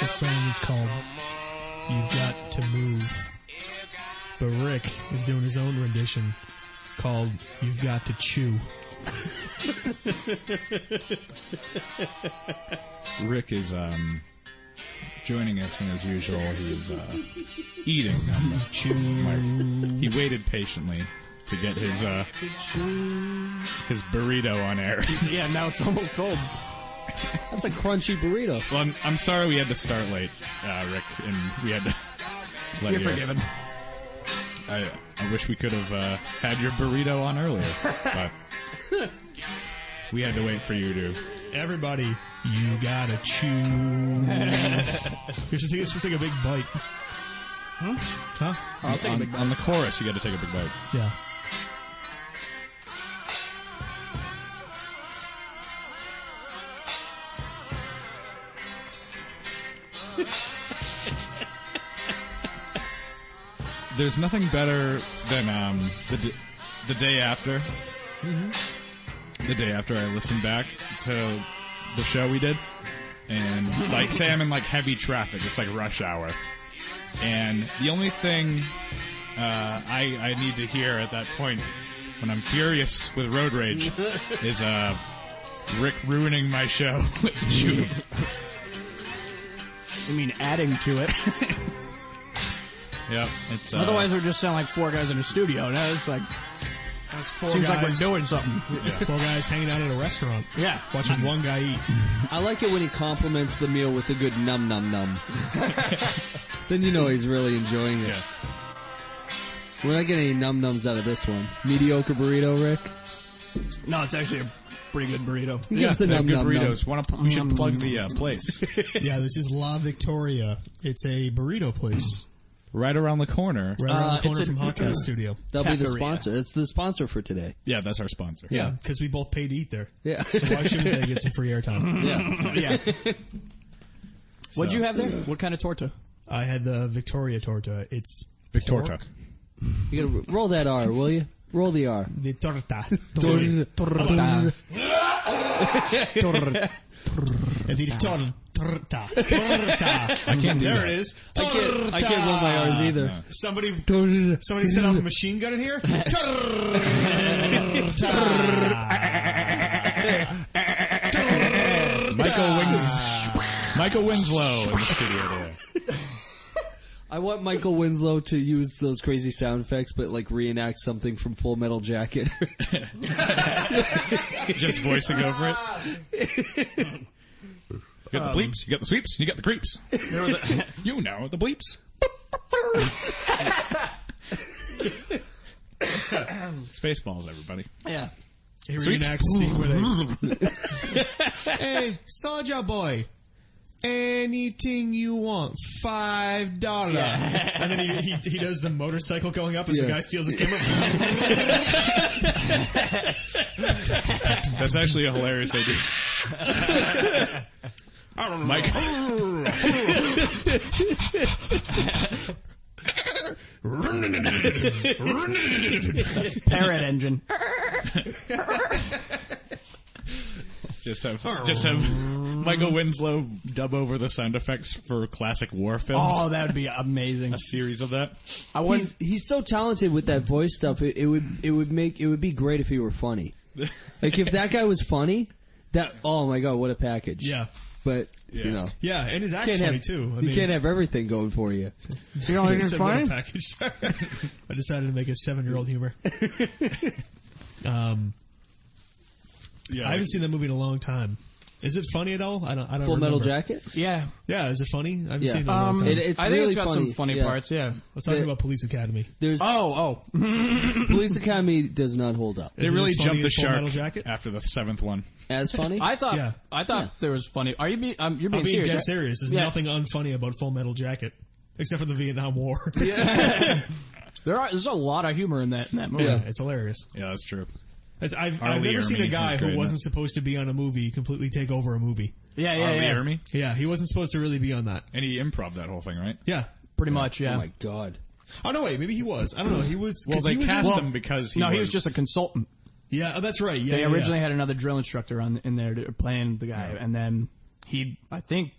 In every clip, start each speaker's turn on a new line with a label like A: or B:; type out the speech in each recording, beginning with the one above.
A: The song is called You've Got to Move. But Rick is doing his own rendition called You've Got to Chew.
B: Rick is um, joining us, and as usual, he's uh, eating. on the- my- he waited patiently to get his uh, his burrito on air.
C: Yeah, now it's almost cold. That's a crunchy burrito.
B: Well, I'm, I'm sorry we had to start late, uh, Rick, and we had to let
C: You're
B: you.
C: forgiven.
B: I, I wish we could have uh, had your burrito on earlier, but we had to wait for you to.
A: Everybody, you gotta chew. it's, just, it's just like a big bite. Huh? Huh?
B: I'll take on, on the chorus, you got to take a big bite.
A: Yeah.
B: There's nothing better than um, the d- the day after. The day after I listened back to the show we did, and like say I'm in like heavy traffic, it's like rush hour, and the only thing uh, I I need to hear at that point when I'm furious with road rage is uh Rick ruining my show with chewing.
C: I mean, adding to it.
B: Yep, it's uh,
C: Otherwise, it would just sound like four guys in a studio. Now it's like
A: That's four
C: seems like we're
A: guys-
C: doing something.
A: Four guys hanging out at a restaurant.
C: Yeah.
A: Watching one guy eat.
D: I like it when he compliments the meal with a good num num num. then you know he's really enjoying it.
B: Yeah.
D: We're not getting any num nums out of this one. Mediocre burrito, Rick.
C: No, it's actually a pretty good burrito.
D: Give
B: Yeah,
D: us a
B: they have
D: num
B: good
D: num
B: burritos.
D: num.
B: Wanna pl- we should plug the uh, place
A: yeah, this is La Victoria. It's a burrito place
B: right around the corner.
A: right around
D: Uh,
A: the corner
D: it's a-
A: from Hotcast Studio.
D: That'll be the
C: Taqueria.
D: sponsor. It's the sponsor for today.
B: Yeah, that's our sponsor.
A: Yeah, because we both paid to eat there.
D: Yeah.
A: Why shouldn't they get some free airtime?
D: yeah.
C: Yeah. What'd you have there? What kind of torta?
A: I had the Victoria torta. It's
B: Victorta.
A: pork-
D: You gotta r- roll that R, will you? Roll the R.
A: The torta.
D: Torta.
A: Torta. Torta. The tor- torta. Torta. I
B: can't do
A: There
B: that.
A: it is.
D: I can't, I can't roll my R's either.
A: Somebody, somebody set off a machine gun in here.
B: Michael Wins- Michael Winslow in the studio today.
D: I want Michael Winslow to use those crazy sound effects, but like reenact something from Full Metal Jacket.
B: Just voicing over it. You got the bleeps, you got the sweeps, you got the creeps. Um, There was a- you know, the bleeps. Spaceballs, everybody.
D: yeah.
A: He
B: Sweet.
A: reenacts the scene where they. hey, soldier boy. Anything you want, five dollar. And then he, he he does the motorcycle going up as the
D: Yeah.
A: guy steals his camera.
B: That's actually a hilarious idea. Mike,
C: Parrot engine.
B: just have, just have Michael Winslow dub over the sound effects for classic war films.
C: Oh, that would be amazing.
B: A series of that.
C: I wouldn't.
D: He's, he's so talented with that voice stuff. It, it would it would make it would be great if he were funny. Like if that guy was funny, that oh my god, what a package.
A: yeah,
D: But
B: Yeah.
D: you know,
A: yeah, and his
D: you
A: act's
D: can't
A: funny
D: have
A: too. I
D: you
A: mean,
D: can't have everything going for you.
C: You know,
A: it's a little package. I decided to make a seven-year-old humor. um,
B: Yeah,
A: I haven't seen that movie in a long time. Is it funny at all? I don't. I don't.
D: Full Metal
A: remember.
D: Jacket.
C: yeah.
A: Yeah, is it funny? I haven't
D: Yeah.
A: seen it in a long
C: Um,
A: time.
D: It- it's
C: I think
D: really
C: it's got
D: funny,
C: some funny
D: yeah.
C: parts. Yeah.
A: I was talking
D: the-
A: about Police Academy.
D: There's
E: Um,
C: Oh, oh.
D: Police Academy does not hold up
B: They
A: Is it
B: really
A: as funny
B: jumped the
A: as Full
B: shark
A: Metal Jacket?
B: after the seventh one.
D: as funny.
C: I thought.
A: Yeah.
C: I thought there was funny. Are you being? Um, you're being,
A: I'm being
C: serious.
A: dead
C: right?
A: serious. There's
C: Yeah.
A: nothing unfunny about Full Metal Jacket, except for the Vietnam War. Yeah,
C: There are. There's a lot of humor in that in that movie.
A: it's hilarious.
B: Yeah, that's true.
A: It's, I've,
B: Arlie
A: I've never seen a
B: Ermey
A: guy
B: was
A: who
B: great,
A: wasn't supposed to be on a movie completely take over a movie.
C: Yeah. Yeah.
A: Oh,
B: Arlie
C: yeah.
B: Ermey?
A: Yeah, he wasn't supposed to really be on that.
B: And he improv that whole thing, right?
A: Yeah.
C: Pretty much. Yeah.
D: oh my god.
A: Oh no, wait, maybe he was. I don't know. He was.
B: Well,
A: 'cause
B: they
A: he was in-
B: cast
A: well,
B: him because he
C: no,
B: was,
C: he was just a consultant.
A: Yeah, oh, that's right. Yeah,
C: They
A: yeah,
C: originally
A: yeah.
C: had another drill instructor on in there to- playing the guy, and then he, I think,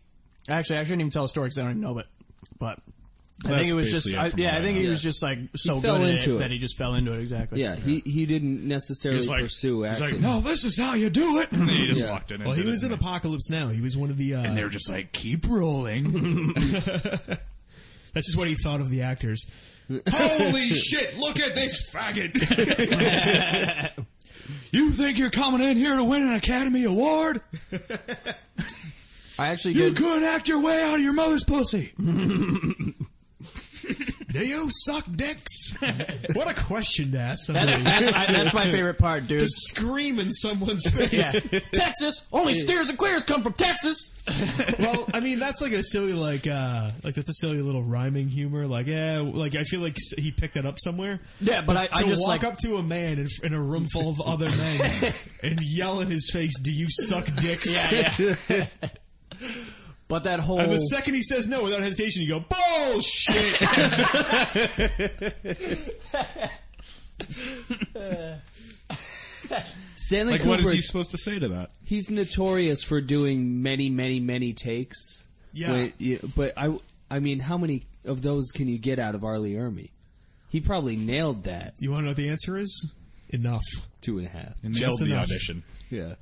E: Actually, I shouldn't even tell a story because I don't even know it. But I
B: That's
E: think it was just,
B: basically
E: I,
B: it from
E: yeah,
B: what
E: I
B: I
E: think he
B: know.
E: was just like so
D: fell
E: good at
D: into
E: it,
D: it.
E: that he just fell into it. Exactly.
D: Yeah, he he didn't necessarily
B: He's like,
D: pursue
B: he's
D: acting.
B: like, no, this is how you do it. And he just
D: Yeah.
B: walked in.
A: Well, he was in Apocalypse Now. He was one of the. Uh,
B: and they were just like, keep rolling.
A: that's just what he thought of the actors. Holy shit! Look at this faggot.
B: you think you're coming in here to win an Academy Award?
E: I actually
B: You
E: did.
B: couldn't act your way out of your mother's pussy.
A: Do you suck dicks? what a question to ask somebody.
E: That- that's, I, that's my favorite part, dude.
A: to scream in someone's face.
E: Yeah. Texas only steers and queers come from Texas.
A: well, I mean, that's like a silly, like, uh, like that's a silly little rhyming humor. Like, yeah, like I feel like s- he picked that up somewhere.
E: Yeah, but I, I
A: to
E: just
A: walk
E: like
A: up to a man in, in a room full of other men and yell in his face, "Do you suck dicks?"
E: Yeah, Oh. but that whole
A: And the second he says no without hesitation, you go bullshit.
D: Stanley
B: Like,
D: Kubrick,
B: what is he supposed to say to that?
D: he's notorious for doing many, many, many takes.
A: Yeah.
D: When- you- but I, I mean, how many of those can you get out of Arlie Ermy? He probably nailed that
A: you want to know what the answer is? Enough.
D: two and a half.
B: And
A: Just
B: nailed the
A: enough.
B: audition.
D: Yeah.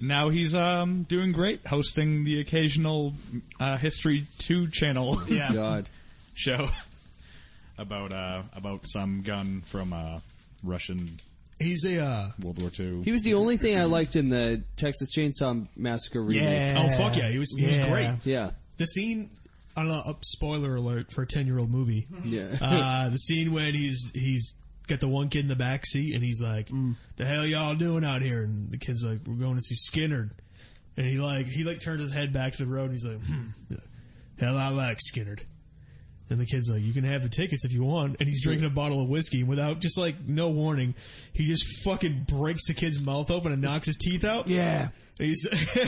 B: Now he's um doing great, hosting the occasional uh, History Two channel
E: yeah.
D: God.
B: show about uh about some gun from uh Russian
A: He's a. Uh,
B: World War Two.
D: He was the only thing I liked in the Texas Chainsaw Massacre remake.
E: Yeah.
A: Oh fuck yeah! He was he was
E: Yeah.
A: great.
D: Yeah.
A: The scene. I don't know. uh, Spoiler alert for a ten year old movie.
E: Mm-hmm.
D: Yeah.
A: uh, the scene when he's he's got the one kid in the back seat and he's like, "The hell y'all doing out here?" And the kid's like, "We're going to see Skinner." And he like he like turns his head back to the road and he's like, hmm, "Hell, I like Skinner." And the kid's like, "You can have the tickets if you want." And he's drinking a bottle of whiskey and without just like no warning, he just fucking breaks the kid's mouth open and knocks his teeth out.
E: Yeah.
A: And He's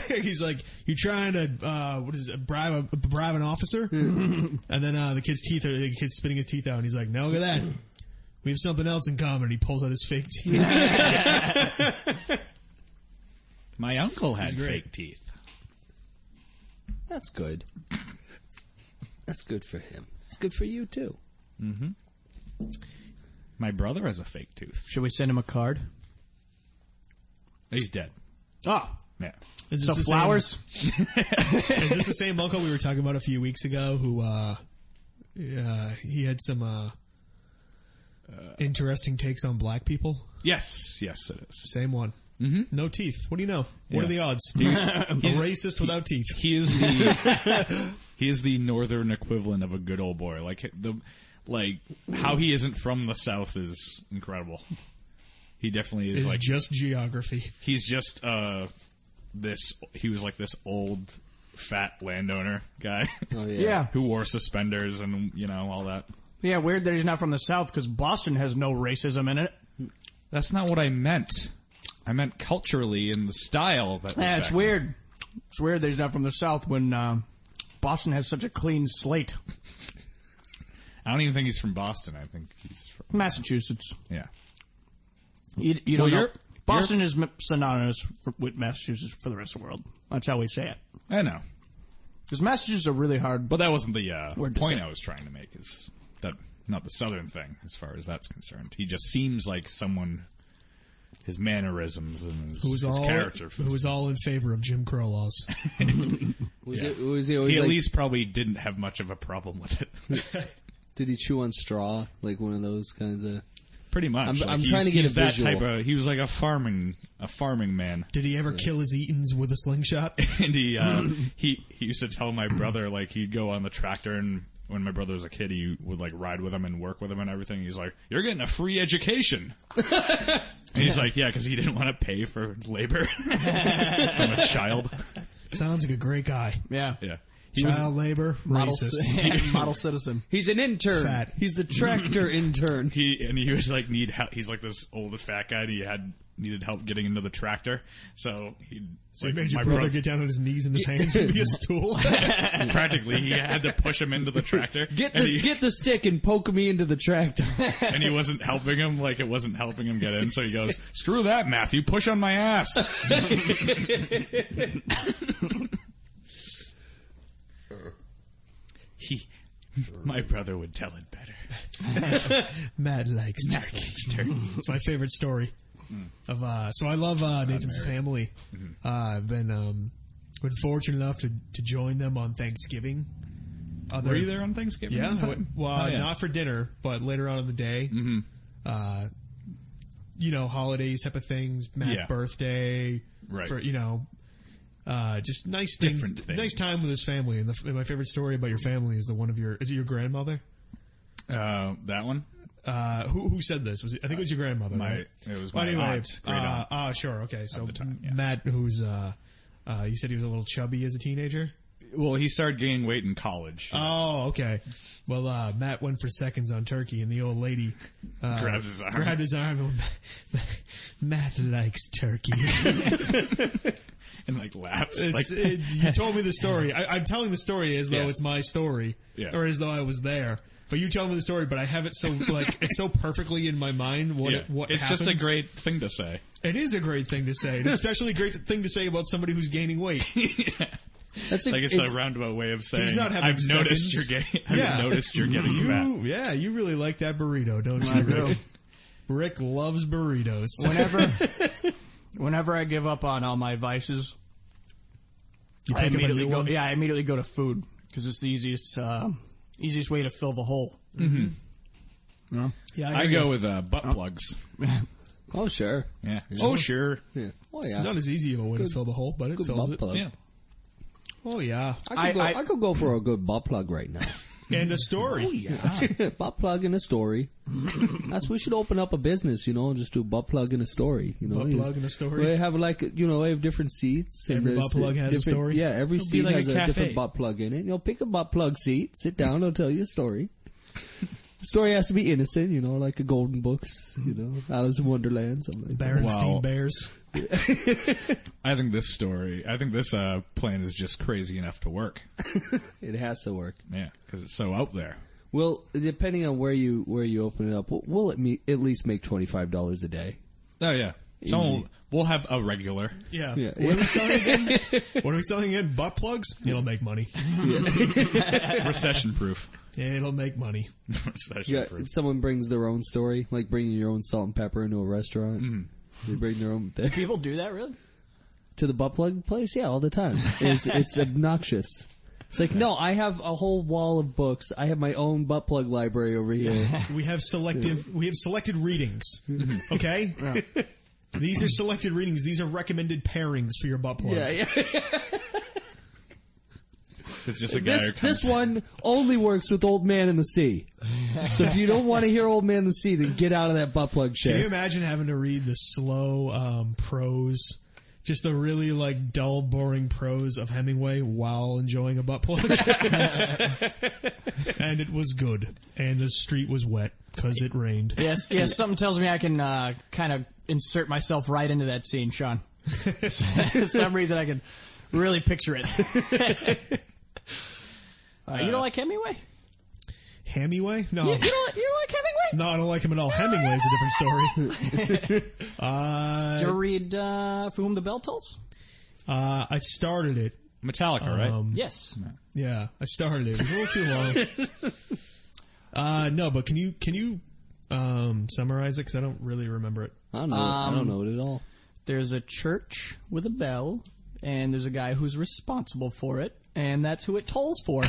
A: he's like you trying to uh, what is it bribe a, bribe an officer, and then uh, the kid's teeth are the kid's spitting his teeth out, and he's like, "No, look at that, we have something else in common." And he pulls out his fake teeth.
B: My uncle had
A: great.
B: fake teeth.
D: That's good. That's good for him. It's good for you too.
B: My brother has a fake tooth.
E: Should we send him a card?
B: He's dead.
E: Oh,
B: Yeah.
A: Is
E: so
A: the same-
E: flowers.
A: is this the same uncle we were talking about a few weeks ago who uh, uh he had some uh, interesting takes on black people?
B: Yes. Yes, it is.
A: Same one. Mm-hmm. No teeth. What do you know? What
B: Yeah.
A: are the odds? a
B: He's-
A: racist without teeth.
B: He is the he is the northern equivalent of a good old boy. Like the like how he isn't from the south is incredible. He definitely is
A: It's
B: like
A: just geography.
B: he's just uh this he was like this old fat landowner guy
D: Oh yeah.
E: Yeah.
B: who wore suspenders and you know all that.
E: Yeah, weird that he's not from the South because Boston has no racism in it.
B: That's not what I meant. I meant culturally in the style that was
E: Yeah, it's
B: back
E: weird. It's weird that he's not from the South when uh, Boston has such a clean slate.
B: then. I don't even think he's from Boston. I think he's from
E: Massachusetts.
B: yeah.
E: You, you don't
B: Well,
E: know.
B: you're-
E: Boston is m- synonymous for, with Massachusetts for the rest of the world. That's how we say it.
B: I know.
E: Because Massachusetts are really hard.
B: But that wasn't the uh,
E: Word to
B: point
E: say.
B: I was trying to make. Is that not the southern thing as far as that's concerned? He just seems like someone. His mannerisms and his,
A: Who's
B: his
A: all
B: character.
A: who's all in favor of Jim Crow laws?
D: Was,
B: Yeah.
D: It, was he
B: he
D: always
B: at
D: like?
B: least probably didn't have much of a problem with it.
D: did he chew on straw? Like one of those kinds of.
B: Pretty much.
D: I'm-
B: Like,
D: I'm
B: he's-
D: trying to get
B: he's
D: a
B: that
D: visual.
B: type of. He was like a farming a farming man.
A: Did he ever kill his Eatons with a slingshot?
B: and he uh, he he used to tell my brother like he'd go on the tractor and when my brother was a kid he would like ride with him and work with him and everything he's like you're getting a free education and he's like yeah because he didn't want to pay for labor from a child
A: Sounds like a great guy.
E: yeah.
B: yeah he was,
A: Child labor,
E: Model,
A: racist.
E: ci- model citizen.
D: He's an intern.
A: Fat.
D: He's a tractor intern.
B: he and he would like need help he's like this old fat guy and he had needed help getting into the tractor so he
A: So he made your brother get down on his knees and his hands and be a stool.
B: practically he had to push him into the tractor
D: Get
B: and
D: the
B: he,
D: get the stick and poke me into the tractor.
B: and he wasn't helping him, like it wasn't helping him get in, so he goes, screw that, Matthew, push on my ass. He, my brother would tell it better.
A: Matt likes turkey. It's my favorite story. Of uh, so I love uh, Nathan's
B: Mary.
A: family. Uh, I've been um, been fortunate enough to, to join them on Thanksgiving. Uh,
B: Were
A: they're-
B: you there on Thanksgiving?
A: Yeah,
B: that
A: I went-
B: time?
A: well,
B: Oh, yeah. Mm-hmm.
A: not for dinner, but later on in the day. Uh, you know, holidays type of things. Matt's
B: Yeah.
A: birthday,
B: Right.
A: For you know, uh, just nice things,
B: Different things.
A: nice time with his family. And, the, and my favorite story about your family is the one of your is it your grandmother?
B: Uh, that one.
A: Uh, who who said this? Was it, I think it was your grandmother.
B: my-
A: right?
B: it was
A: Well,
B: my
A: anyway,
B: aunt, great
A: uh,
B: aunt.
A: ah, sure, okay. So
B: the time, yes.
A: Matt, who's uh, uh, you said he was a little chubby as a teenager.
B: Well, he started gaining weight in college.
A: Oh, okay. Well, uh, Matt went for seconds on turkey, and the old lady uh,
B: Grabbed his arm.
A: Grabbed his arm. And Matt likes turkey.
B: and like laughs.
A: It's,
B: like,
A: it, you told me the story. I, I'm telling the story as though
B: Yeah.
A: it's my story,
B: Yeah.
A: or as though I was there. But you tell me the story, but I have it so like it's so perfectly in my mind what
B: yeah.
A: it, what
B: it's just a
A: happens.
B: great thing to say.
A: It is a great thing to say. It's especially a great thing to say about somebody who's gaining weight.
D: That's a,
B: Like it's,
D: it's-
B: a roundabout way of saying
A: He's not having
B: I've noticed
A: seconds."
B: you're getting. I've
A: Yeah.
B: noticed you're getting fat.
A: You, yeah, you really like that burrito, don't you?
E: I do.
A: Rick? Rick loves burritos.
E: Whenever, whenever I give up on all my vices,
A: You
E: I
A: pick up a
E: immediately
A: new
E: go.
A: one?
E: Yeah, I immediately go to food because it's the easiest, uh, easiest way to fill the hole. Mm-hmm.
A: Yeah,
B: I
A: hear
B: go
A: you.
B: with uh, butt plugs.
D: oh sure.
B: Yeah. Oh sure.
D: Yeah. Oh
A: It's
D: yeah.
A: not as easy of a way to
D: Good-
A: fill the hole, but it
D: good
A: fills
D: butt
A: it.
D: plug.
B: Yeah.
A: Oh yeah,
D: I could, go,
E: I-
D: I,
E: I-
D: could go for a good butt plug right now.
A: and a story. Ah.
D: butt plug and a story. That's we should open up a business, you know, and just do butt plug and a story. You know,
A: Butt
D: You
A: plug
D: just-
A: and a story?
D: We have like you know, we have different seats. And
A: Every
D: there's
A: butt plug has a
D: different-
A: story?
D: Yeah, every
B: It'll be
D: seat
B: like
D: has
B: a
D: a,
B: cafe.
D: different butt plug in it. You'll pick a butt plug seat, sit down, it'll tell you a story. The story has to be innocent, you know, like a Golden Books, you know, Alice in Wonderland, something. Like that.
A: Berenstein
B: Wow.
A: Bears.
B: I think this story. I think this uh, plan is just crazy enough to work.
D: It has to work.
B: Yeah, because it's so out there.
D: Well, depending on where you where you open it up, we'll, we'll at, me, at least make twenty five dollars a day.
B: Oh yeah. Someone, we'll have a regular.
A: Yeah.
D: Yeah.
A: What are we selling again? what are we selling again? Butt plugs? It'll make money.
B: recession proof.
A: It'll make money.
B: recession
D: Yeah,
B: proof.
D: someone brings their own story, like bringing your own salt and pepper into a restaurant. They bring their own
E: People do that really?
D: to the butt plug place. Yeah, all the time. It's it's obnoxious. It's like no, I have a whole wall of books. I have my own butt plug library over here.
A: We have selective. We have selected readings.
D: Mm-hmm.
A: Okay. These are selected readings. These are recommended pairings for your butt plug.
D: yeah, yeah.
B: It's just a guy who
D: This
B: comes
D: this one only works with Old Man in the Sea. So if you don't want to hear Old Man in the Sea, then get out of that butt plug
A: Can you
D: chair.
A: imagine having to read the slow um, prose, just the really like dull, boring prose of Hemingway while enjoying a butt plug? and it was good, and the street was wet because it rained.
E: Yes, yes. Something tells me I can uh, kind of insert myself right into that scene, Sean. For some reason, I can really picture it. Uh, you don't like Hemingway?
A: Hemingway? No,
E: You don't, you don't like Hemingway?
A: no, I don't like him at all. Hemingway's a different story.
E: Do you read uh, For Whom the Bell Tolls?
A: Uh, I started it.
B: Metallica, right?
A: Um,
E: Yes.
A: Yeah, I started it. It was a little too long. Uh, no, but can you can you um, summarize it? Because I don't really remember it.
D: I don't know. I don't know it at all.
E: There's a church with a bell, and there's a guy who's responsible for it, and that's who it tolls for.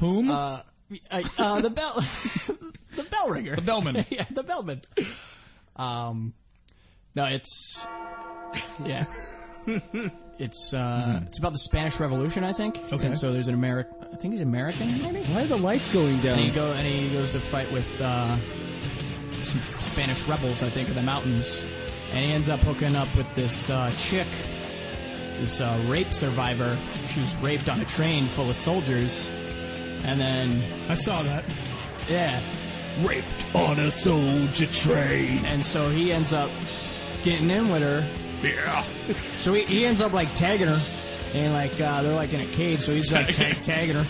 B: Whom?
E: uh, uh, the bell, the bell ringer.
B: Bellman.
E: yeah, the Bellman. Um, no, it's yeah, it's uh, it's about the Spanish Revolution, I think.
A: Okay.
E: And so there's an American. I think he's American, maybe.
D: Why are the lights going
E: And he
D: down?
E: go and he goes to fight with uh, some Spanish rebels, I think, in the mountains, and he ends up hooking up with this uh, chick, this uh, rape survivor. She was raped on a train full of soldiers, and then
A: I saw that.
E: yeah. Raped on a soldier train. And so he ends up getting in with her.
B: yeah.
E: So he, he ends up like tagging her. And like, uh, they're like in a cage, so he's like tag, tagging her.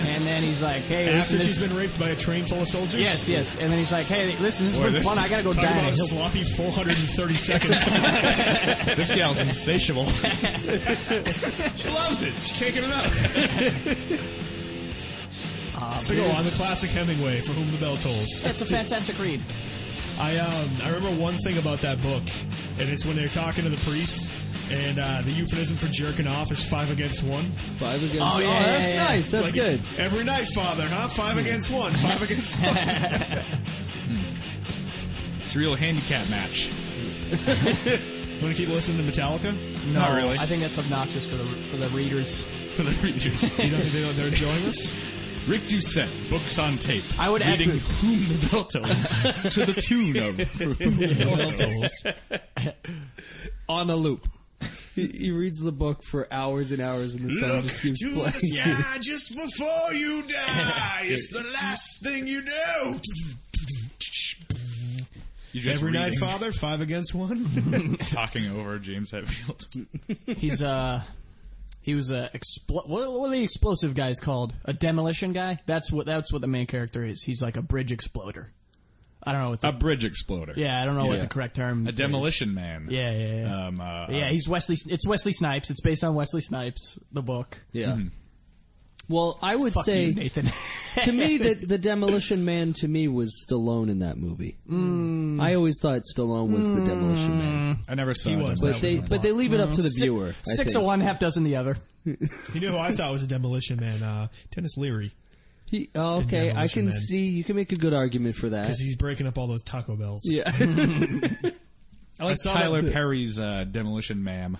E: And then he's like, hey,
A: After
E: listen, this,
A: she's been raped by a train full of soldiers?
E: yes, yes. And then he's like, hey, listen, this has
B: Boy,
E: been
B: this-
E: fun. I gotta go
A: Talk
E: die.
A: about a
E: He'll-
A: sloppy 430 seconds.
B: This gal's insatiable.
A: she loves it. She can't get enough. so go on the classic Hemingway, for whom the bell tolls.
E: That's a fantastic read.
A: I um I remember one thing about that book, and it's when they're talking to the priest, and uh, the euphemism for jerking off is five against one.
D: Five against.
E: Oh,
D: Oh,
E: yeah,
D: that's
E: yeah, yeah.
D: nice. That's
A: Like,
D: good.
A: Every night, Father, huh? Five against one. Five against one.
B: It's a real handicap match.
A: Want to keep listening to Metallica?
E: No,
B: Not really.
E: I think that's obnoxious for the for the readers.
B: For the readers.
A: You don't think they- they're enjoying this?
B: Rick Doucette, books on tape.
E: I would add-
B: Reading Whom the Bell Tolls to the tune of Whom the Bell Tolls.
D: On a loop. He, he reads the book for hours and hours, and the song
A: Look
D: just
A: to
D: keeps
A: the
D: playing.
A: sky just before you die. It's the last thing you do.
B: You just
A: Every night,
B: reading,
A: Father, five against one.
B: talking over James Hetfield.
E: He's uh he was a expl- what, what are the explosive guys called? A demolition guy? That's what that's what the main character is. He's like a bridge exploder. I don't know what the
B: A bridge exploder.
E: yeah I don't know what
B: Yeah.
E: the correct term.
B: A
E: is.
B: demolition man.
E: Yeah, yeah, yeah.
B: Um, uh,
E: yeah, he's Wesley. It's Wesley Snipes. It's based on Wesley Snipes, the book.
D: Yeah. Mm-hmm. Well, I would
E: Fuck
D: say
E: you, Nathan.
D: to me that the Demolition Man to me was Stallone in that movie.
A: Mm.
D: I always thought Stallone was the Demolition Man,
B: I never saw. He
A: was. Mm.
D: but
A: That
D: they
A: the
D: but they leave it up to the
E: Six-
D: viewer. I
E: Six
D: think.
E: of
A: oh
E: one, half dozen the other.
A: you know who I thought was a demolition man? Uh, Dennis Leary.
D: He, oh,
A: In
D: okay,
A: Demolition
D: I can
A: Man.
D: see you can make a good argument for that.
A: Because Mm-hmm. he's breaking up all those Taco Bells.
D: Yeah,
A: I like
B: Tyler Perry's uh, Demolition Man.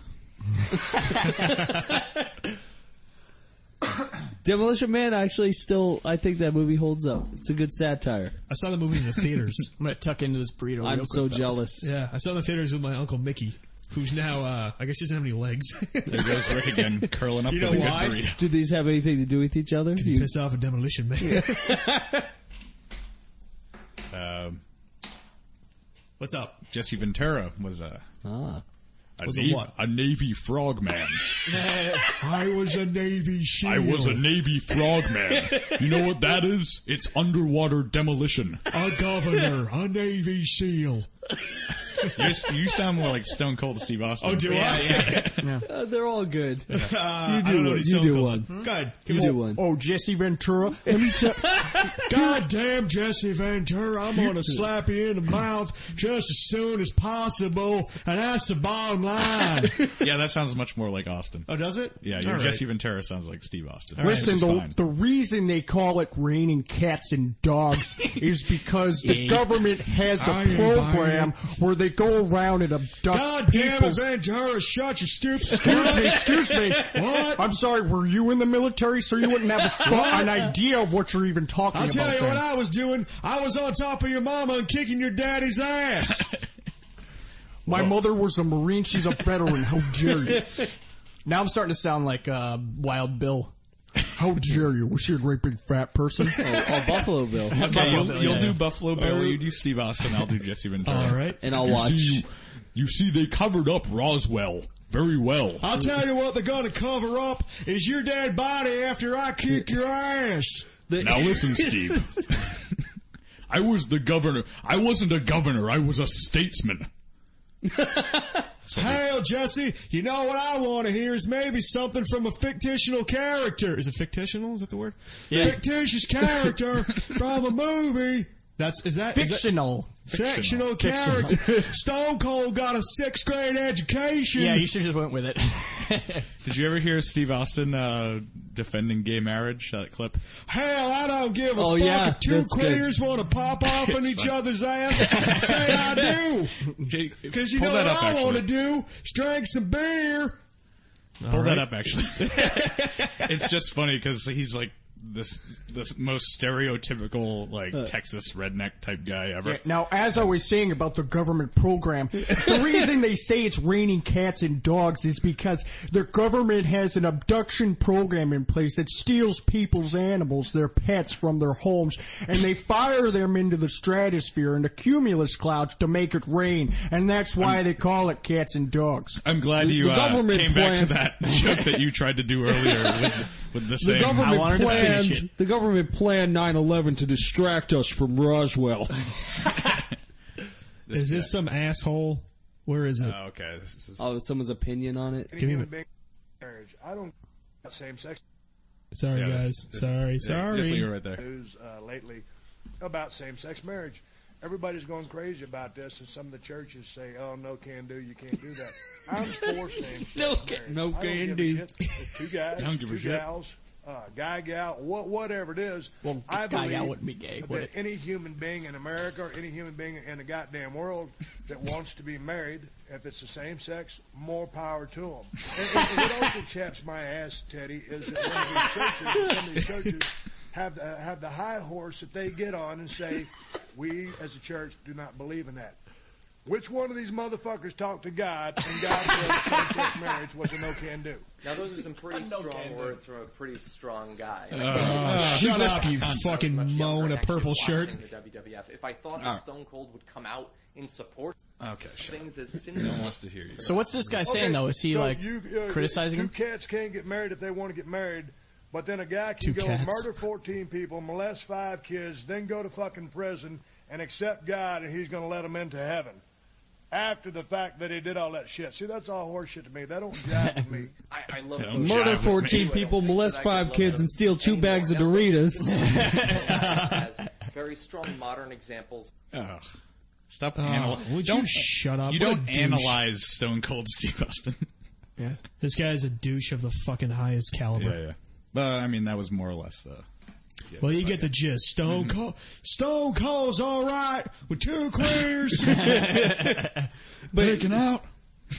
D: Demolition Man actually still I think that movie holds up. It's a good satire.
A: I saw the movie in the theaters.
E: I'm gonna tuck into this burrito. real
D: I'm
E: quick,
D: so
E: fellas.
D: jealous.
A: yeah, I saw it in the theaters with my uncle Mickey, who's now, uh, I guess he doesn't have any legs.
B: There goes Rick again, curling up
A: You
B: with a
A: know
B: good
A: why?
B: burrito.
D: Do these have anything to do with each other?
A: he
D: You-
A: pissed off a demolition man.
B: Um,
A: What's up?
B: Jesse Ventura was a
D: ah.
B: a,
A: Was a
B: nav-
A: what?
B: a Navy frogman.
A: I was a Navy SEAL.
B: I was a Navy frogman. You know what that is? It's underwater demolition.
A: a governor, a Navy SEAL.
B: You're, you sound more like Stone Cold Steve Austin.
A: Oh, do I?
D: Uh, they're all good.
A: Uh,
D: do
A: I don't know
D: one.
A: what he's
D: You
A: talking
D: do
A: about.
D: one.
A: God, give
D: You
A: us-
D: do one.
E: Oh, Jesse Ventura.
A: God damn Jesse Ventura, I'm gonna slap you in the mouth just as soon as possible, and that's the bottom line.
B: Yeah, that sounds much more like Austin.
A: oh, does it?
B: Yeah, your
A: All right.
B: Jesse Ventura sounds like Steve Austin.
E: Listen,
B: Which is fine.
E: the, the reason they call it raining cats and dogs is because the government has
A: I
E: a
A: am
E: program where they go around and abduct
A: God damn it,
E: people's-
A: Ventura, shut your stupid
E: Excuse me, excuse me.
A: What?
E: I'm sorry, were you in the military so you wouldn't have a, an idea of what you're even talking
A: I'll
E: about?
A: tell you
E: then?
A: what I was doing. I was on top of your mama and kicking your daddy's ass.
E: My mother was a Marine, she's a veteran, how dare you. Now I'm starting to sound like, uh, Wild Bill. How dare you? Was she a great big fat person?
D: Oh, oh, Buffalo Bill.
B: Okay, you'll,
E: Bill,
B: you'll
E: yeah,
B: do
E: yeah.
B: Buffalo Bill, Oh,
E: Uh,
B: you do Steve Austin, I'll do Jesse Ventura.
A: right.
D: And I'll watch.
B: you see, they covered up Roswell very well.
A: I'll tell you what they're gonna cover up is your dead body after I kick your ass.
B: Now listen, Steve. I was the governor. I wasn't a governor. I was a statesman.
A: Hell, Jesse, you know what I want to hear is maybe something from a fictitional character. Is it fictitional? Is that the word? Fictitious character from a movie. That's is that is that-
E: Fictional.
A: fictional, character. Stone Cold got a sixth grade education.
E: Yeah, you should just went with it.
B: Did you ever hear Steve Austin uh, defending gay marriage? That clip.
A: Hell, I don't give a
D: Oh,
A: fuck
D: yeah,
A: if two
D: that's good.
A: queers want to pop off on each other's ass. say I do,
B: Jake,
A: because you
B: pull
A: know
B: that
A: what
B: up,
A: I
B: actually.
A: want to do: is drink some beer.
B: Pull that up, actually. it's just funny because he's like this this most stereotypical like
A: Uh.
B: Texas redneck type guy ever.
E: Yeah, now, as I was saying about the government program, the reason they say it's raining cats and dogs is because the government has an abduction program in place that steals people's animals, their pets, from their homes, and they fire them into the stratosphere and the cumulus clouds to make it rain, and that's why they call it cats and dogs.
B: I'm glad you
D: the
B: uh,
D: government
B: came back to
D: plan-
B: that joke that you tried to do earlier with, with the
D: The
B: same.
E: I wanted
D: government
E: to finish
D: planned. The government planned 9/11 to distract us from Roswell.
A: Is this some asshole? Where is it?
B: Oh, okay, this is,
D: Oh, someone's opinion on it.
A: Give me
F: human
A: the-
F: being marriage. I don't same sex
A: Sorry,
B: yeah, this-
A: guys.
B: this-
A: sorry,
B: yeah,
A: sorry.
B: Just leave it right there.
F: news uh, lately about same sex marriage. Everybody's going crazy about this, and some of the churches say, "Oh no, can do. You can't do that." I'm for same sex
D: No
F: marriage.
D: can- no
F: I don't
D: can
F: give a
D: do.
F: shit. It's two guys,
B: Don't give a
F: two
B: shit.
F: gals, uh, guy, gal, what, whatever it is.
E: Well,
F: I
E: guy,
F: believe
E: gal wouldn't be gay,
F: that
E: would it?
F: any human being in America or any human being in the goddamn world that wants to be married, if it's the same sex, more power to them. And, and- and what also chaps my ass, Teddy, is that one of these churches, some of these churches have the, have the high horse that they get on and say, we as a church do not believe in that. Which one of these motherfuckers talked to God and God said same-sex marriage was a no-can do?
G: Now those are some pretty strong words from a pretty strong guy.
D: Uh,
A: Shut up, you
G: I was much
A: fucking
G: younger
A: moan
G: and
A: a
G: actually
A: purple shirt.
G: watching The WWF. If I thought
D: Ah.
G: that Stone Cold would come out in support
B: Okay, shut
G: things as
B: No one
G: sinful,
B: wants to hear you.
E: So what's this guy saying though? Is he
F: so
E: like
F: you, uh,
E: criticizing
F: two
E: him?
F: cats can't get married if they want to get married, but then a guy can
E: Two
F: go
E: cats.
F: murder 14 people, molest five kids, then go to fucking prison and accept God and he's gonna let him into heaven. After the fact that he did all that shit. See, that's all horseshit to me. That don't jive with me.
G: I, Oh, I love
B: Yeah,
G: those
B: don't jive
D: Murder
B: with me.
D: 14
G: Anyway, I
D: people,
G: don't
D: molest
G: think that I could
D: five
G: love
D: kids,
G: them
D: and steal two
G: anymore.
D: bags of
G: Now, those
D: Doritos.
G: as very strong modern examples
B: Ugh. Stop.
A: Oh,
B: analy-
A: would
B: don't
A: you shut up?
B: You
A: What a
B: don't
A: douche.
B: analyze Stone Cold Steve Austin.
E: Yeah.
A: This guy is a douche of the fucking highest caliber.
B: yeah, yeah. But I mean, that was more or less the. yeah,
A: Well, you
B: fuck
A: get the
B: it.
A: gist. Stone Cold, Stone Cold's all right with two queers.
D: but
B: Taken out.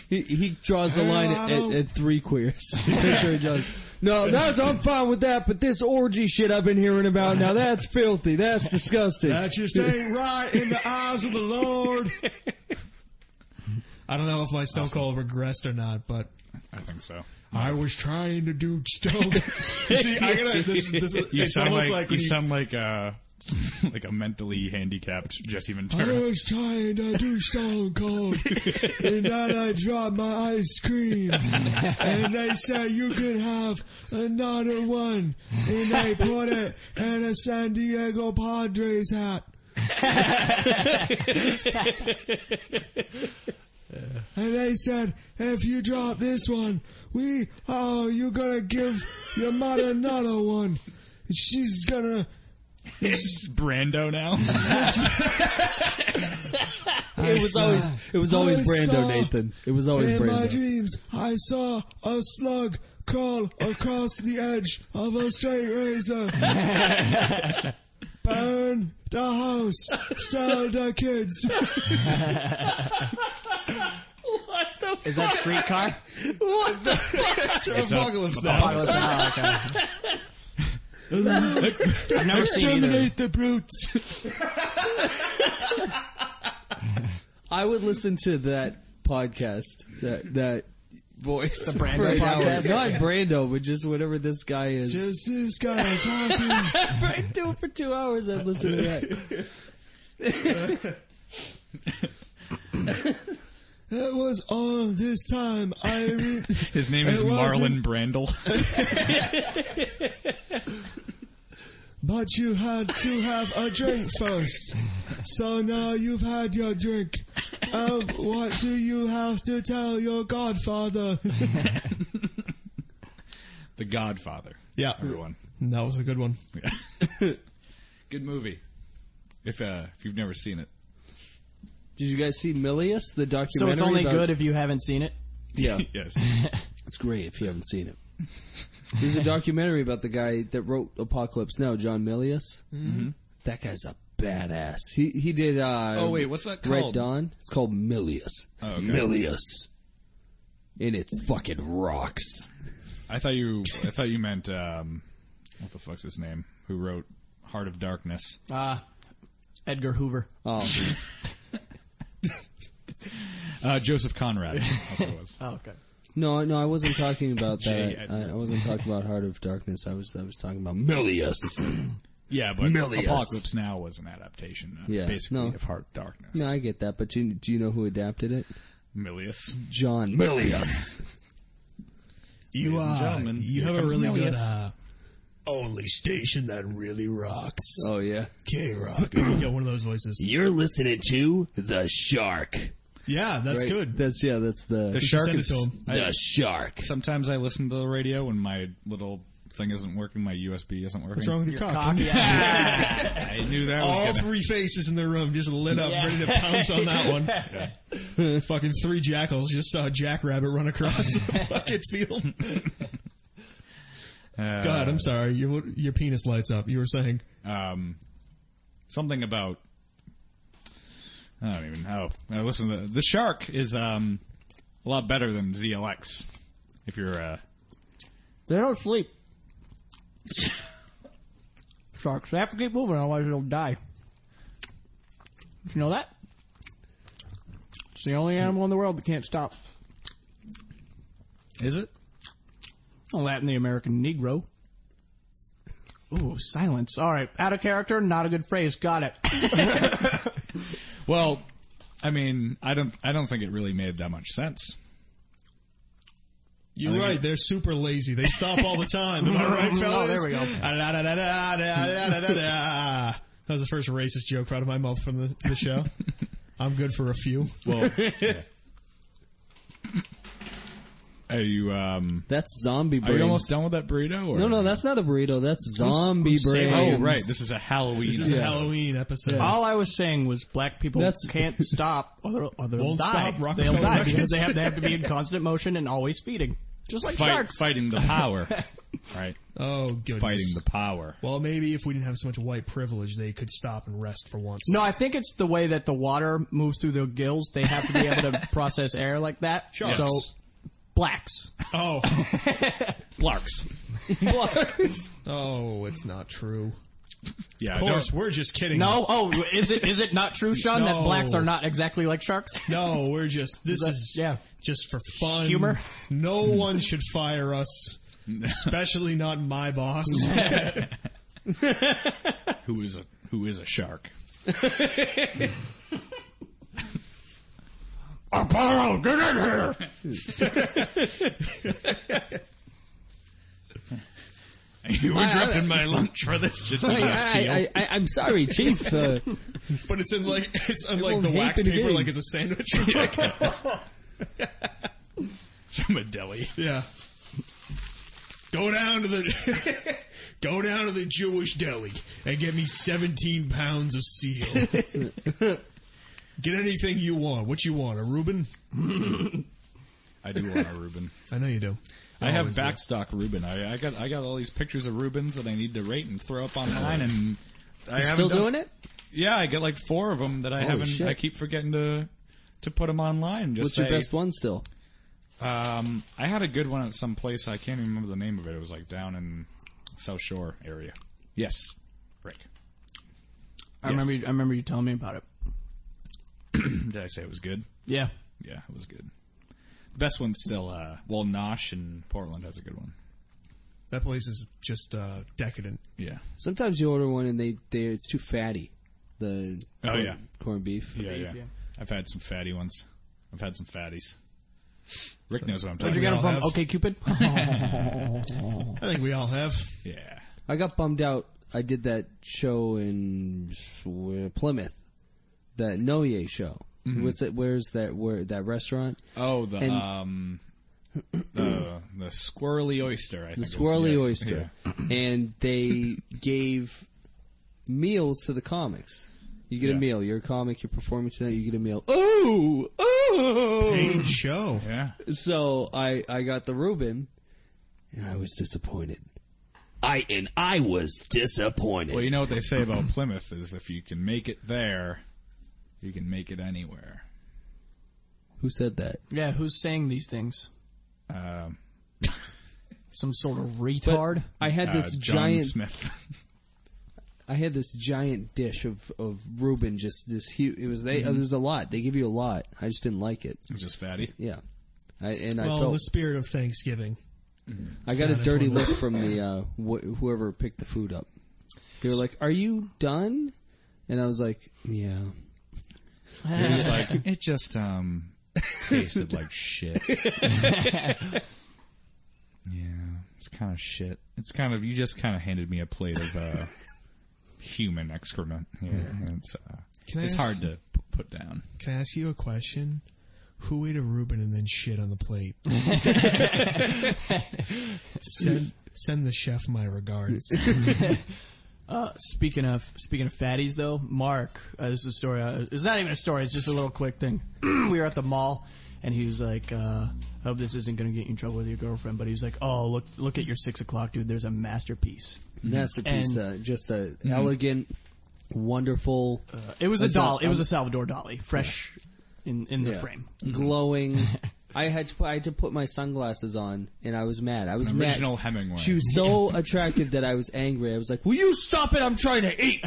D: He, he draws the line at, at, at three queers. That's where he draws- No, that's, I'm fine with that, but this orgy shit I've been hearing about now, that's filthy. That's disgusting.
A: that just ain't right in the eyes of the Lord. I don't know if my Stone Cold regressed or not, but
B: I think so.
A: I was trying to do Stone. you see, I gotta. This, this is,
B: You
A: it's
B: sound
A: almost like,
B: like, you
A: when you,
B: sound like uh like a mentally handicapped Jesse
A: I
B: Ventura.
A: was trying to do Stone Cold, and then I dropped my ice cream, and they said you could have another one, and they put it in a San Diego Padres hat. and they said, if you drop this one, we, oh, you're gonna give your mother another one. She's gonna,
B: It's Brando now.
D: it was always, it was always
A: I
D: Brando,
A: saw-
D: Nathan. It was always
A: In my
D: Brando.
A: dreams, I saw a slug crawl across the edge of a straight razor. Burn the house, sell the kids.
E: Is that streetcar?
B: It's a-
E: Apocalypse Now, okay. I've never seen either.
A: the brutes.
D: I would listen to that podcast, that, that voice. The
E: Brando podcast?
D: Not Brando, but just whatever this guy is.
A: Just this guy talking.
D: I'd do it for two hours and listen to that.
A: It was on this time. I re-
B: His name is
A: It
B: Marlon
A: wasn't-
B: Brandel.
A: but you had to have a drink first. So now you've had your drink. Um, what do you have to tell your godfather?
B: the Godfather.
A: Yeah,
B: Everyone.
A: that was a good one.
B: Good movie. If uh if you've never seen it.
D: Did you guys see Milius, the
E: So
D: documentary?
E: it's only
D: about-
E: good if you haven't seen it.
D: Yeah.
B: Yes.
D: It's great if you haven't seen it. There's a documentary about the guy that wrote Apocalypse Now, John Milius. Mm-hmm. That guy's a badass. He he did. Uh,
B: Oh, wait, what's that
D: Red
B: called?
D: Dawn. It's called Milius.
B: Oh, okay.
D: Milius, and it fucking rocks.
B: I thought you I thought you meant um what the fuck's his name? Who wrote Heart of Darkness?
E: Uh, Edgar Hoover.
D: Oh,
B: Uh Joseph Conrad. That's what it was.
E: Oh, okay.
D: No, no, I wasn't talking about
B: Jay
D: that.
B: Edgar.
D: I, I wasn't talking about Heart of Darkness. I was, I was talking about Milius.
B: Yeah, but
D: Milius.
B: Apocalypse Now was an adaptation, uh,
D: Yeah,
B: basically,
D: no.
B: of Heart of Darkness.
D: no, I get that, but do you, do you know who adapted it?
B: Milius.
D: John Milius.
A: You
B: Ladies and
A: uh,
B: gentlemen,
A: you uh,
B: here
A: have a
B: comes
A: really good
B: Milius.
A: uh, only station that really rocks.
D: Oh yeah.
A: K Rock. You get one of those voices.
C: You're listening to The Shark.
A: Yeah, that's
D: Right.
A: good.
D: That's yeah. That's the.
B: The shark
A: send it
B: is.
A: to him.
B: I-
C: The Shark.
B: sometimes I listen to the radio when my little thing isn't working, my USB isn't working.
A: What's wrong with your, cock?
B: I knew that
A: All
B: was gonna.
A: three faces in the room just lit up, ready to pounce on that one. fucking three jackals just saw a jackrabbit run across the fucking field.
B: Uh,
A: God, I'm sorry. Your your penis lights up. You were saying
B: um, something about. I don't even know. Now listen, the, the shark is um, a lot better than ZLX. If you're uh,
E: They don't sleep. Sharks. They have to keep moving, otherwise they'll die. Did you know that? It's the only animal in the world that can't stop.
B: is it?
E: Well, that and the American Negro. Ooh, silence. All right, out of character, not a good phrase. Got it.
B: Well, I mean, I don't. I don't think it really made that much sense.
A: you're right. They're super lazy. They stop all the time. Am I right,
E: Oh,
A: fellas?
E: there we go.
A: Da-da-da-da-da-da-da-da-da. That was the first racist joke out of my mouth from the, the show. I'm good for a few.
B: Well, are you um?
D: that's zombie
B: Are
D: brains.
B: you almost done with that burrito? Or?
D: No, no, that's not a burrito. That's zombie brains.
B: Oh, right. This is a Halloween.
A: This is a
B: episode.
A: Halloween episode.
E: All I was saying was black people
D: That's-
E: can't stop, or they'll, or they'll
A: Won't
E: die.
A: stop, Rockefeller
E: they'll die because
A: Records.
E: they have, they have to be in constant motion and always feeding. Just like
B: Fight-
E: sharks.
B: fighting the power, right?
A: Oh, goodness.
B: Fighting the power.
A: Well, maybe if we didn't have so much white privilege, they could stop and rest for once.
E: No, I think it's the way that the water moves through their gills. They have to be able to process air like that.
A: Sharks.
E: So, blacks.
A: Oh,
B: Blarks.
A: oh, it's not true.
B: Yeah,
A: Of course, we're just kidding.
E: No, oh, is it is it not true, Sean, that
A: No.
E: blacks are not exactly like sharks?
A: no, we're just this
E: That-
A: is
E: yeah.
A: just for fun.
E: Humor.
A: No one should fire us, especially not my boss.
B: no, who is a who is a shark?
E: Apollo, get in here!
B: you were dropping my lunch for this. Just
D: I, I, I, I, I'm sorry, Chief. Uh,
A: but it's in like it's unlike
D: Everyone
A: the
D: hate
A: wax
D: it
A: paper,
D: again.
A: like it's a sandwich. or something.
B: from a deli.
A: yeah. Go down to the go down to the Jewish deli and get me seventeen pounds of seal. get anything you want. What you want? A Reuben?
B: I do want a Reuben.
A: I know you do.
E: Oh,
B: I have
A: always do.
B: backstock Reuben. I, I got I got all these pictures of Reubens that I need to rate and throw up online, and I haven't
D: still
B: done-
D: doing it?
B: Yeah, I get like four of them that I
D: Holy
B: haven't.
D: shit.
B: I keep forgetting to to put them online. Just
D: What's your
B: say,
D: best one still?
B: Um, I had a good one at some place. I can't even remember the name of it. It was like down in South Shore area. Yes, Rick.
E: I remember you, I remember you telling me about it.
B: Did I say it was good?
E: Yeah.
B: Yeah, it was good. The best one's still uh, well, Nosh in Portland has a good one.
A: That place is just uh, decadent.
B: Yeah,
D: Sometimes you order one and they, they it's too fatty. The
B: Oh,
D: corn,
B: yeah.
D: corned beef.
B: yeah, yeah.
E: yeah.
B: I've had some fatty ones. I've had some fatties. Rick knows what I'm talking
E: Where'd you
A: We
E: get
A: all
E: it from?
A: have-
E: Okay, Cupid?
A: I think we all have.
B: about. Yeah.
D: I got bummed out. I did that show in uh, Plymouth, that Noye show.
B: Mm-hmm.
D: What's that? Where's that? Where that restaurant?
B: Oh, the
D: And-
B: um, the the squirrely oyster. I
D: the
B: think
D: Swirly
B: is, yeah,
D: Oyster, and they gave meals to the comics. You get
B: Yeah.
D: a meal. You're a comic. You're performing tonight. You get a meal. Oh, oh!
A: Paid show.
B: Yeah. yeah.
D: So I I got the Reuben, and I was disappointed.
C: I and I was disappointed.
B: Well, you know what they say about Plymouth is if you can make it there, you can make it anywhere.
D: Who said that?
E: yeah, who's saying these things?
B: Um,
E: Some sort of retard?
D: I had
B: uh,
D: this
B: John
D: giant.
B: Smith.
D: I had this giant dish of of Reuben. Just this huge. It was they. uh, There's a lot. They give you a lot. I just didn't like it.
B: It was just fatty.
D: Yeah. I, and I
A: Well, in
D: felt
A: the spirit of Thanksgiving.
D: I got a dirty look from the uh, wh- whoever picked the food up. They were like, "Are you done?" And I was like, "Yeah."
B: It was like it just um tasted like shit. yeah, It's kind of shit. It's kind of you just kind of handed me a plate of uh, human excrement. Yeah, it's uh,
A: Can I
B: it's
A: ask-
B: hard to p- put down.
A: Can I ask you a question? Who ate a Reuben and then shit on the plate? send, send the chef my regards.
E: Uh, speaking of speaking of fatties, though, Mark, uh, this is a story. Uh, it's not even a story. It's just a little quick thing. we were at the mall, and he was like, uh, "I hope this isn't going to get you in trouble with your girlfriend." But he was like, "Oh, look, look at your six o'clock, dude. There's a masterpiece."
D: Masterpiece,
E: And-
D: uh, just a elegant, wonderful.
E: Uh, It was a
D: That's a-
E: doll. It was
D: I'm-
E: a Salvador Dali, fresh in in the
D: Yeah.
E: frame.
D: glowing. I had to, I had to put my sunglasses on, and I was mad. I was mad.
B: Original Hemingway.
D: She was so attractive that I was angry. I was like, "Will you stop it? I'm trying to eat.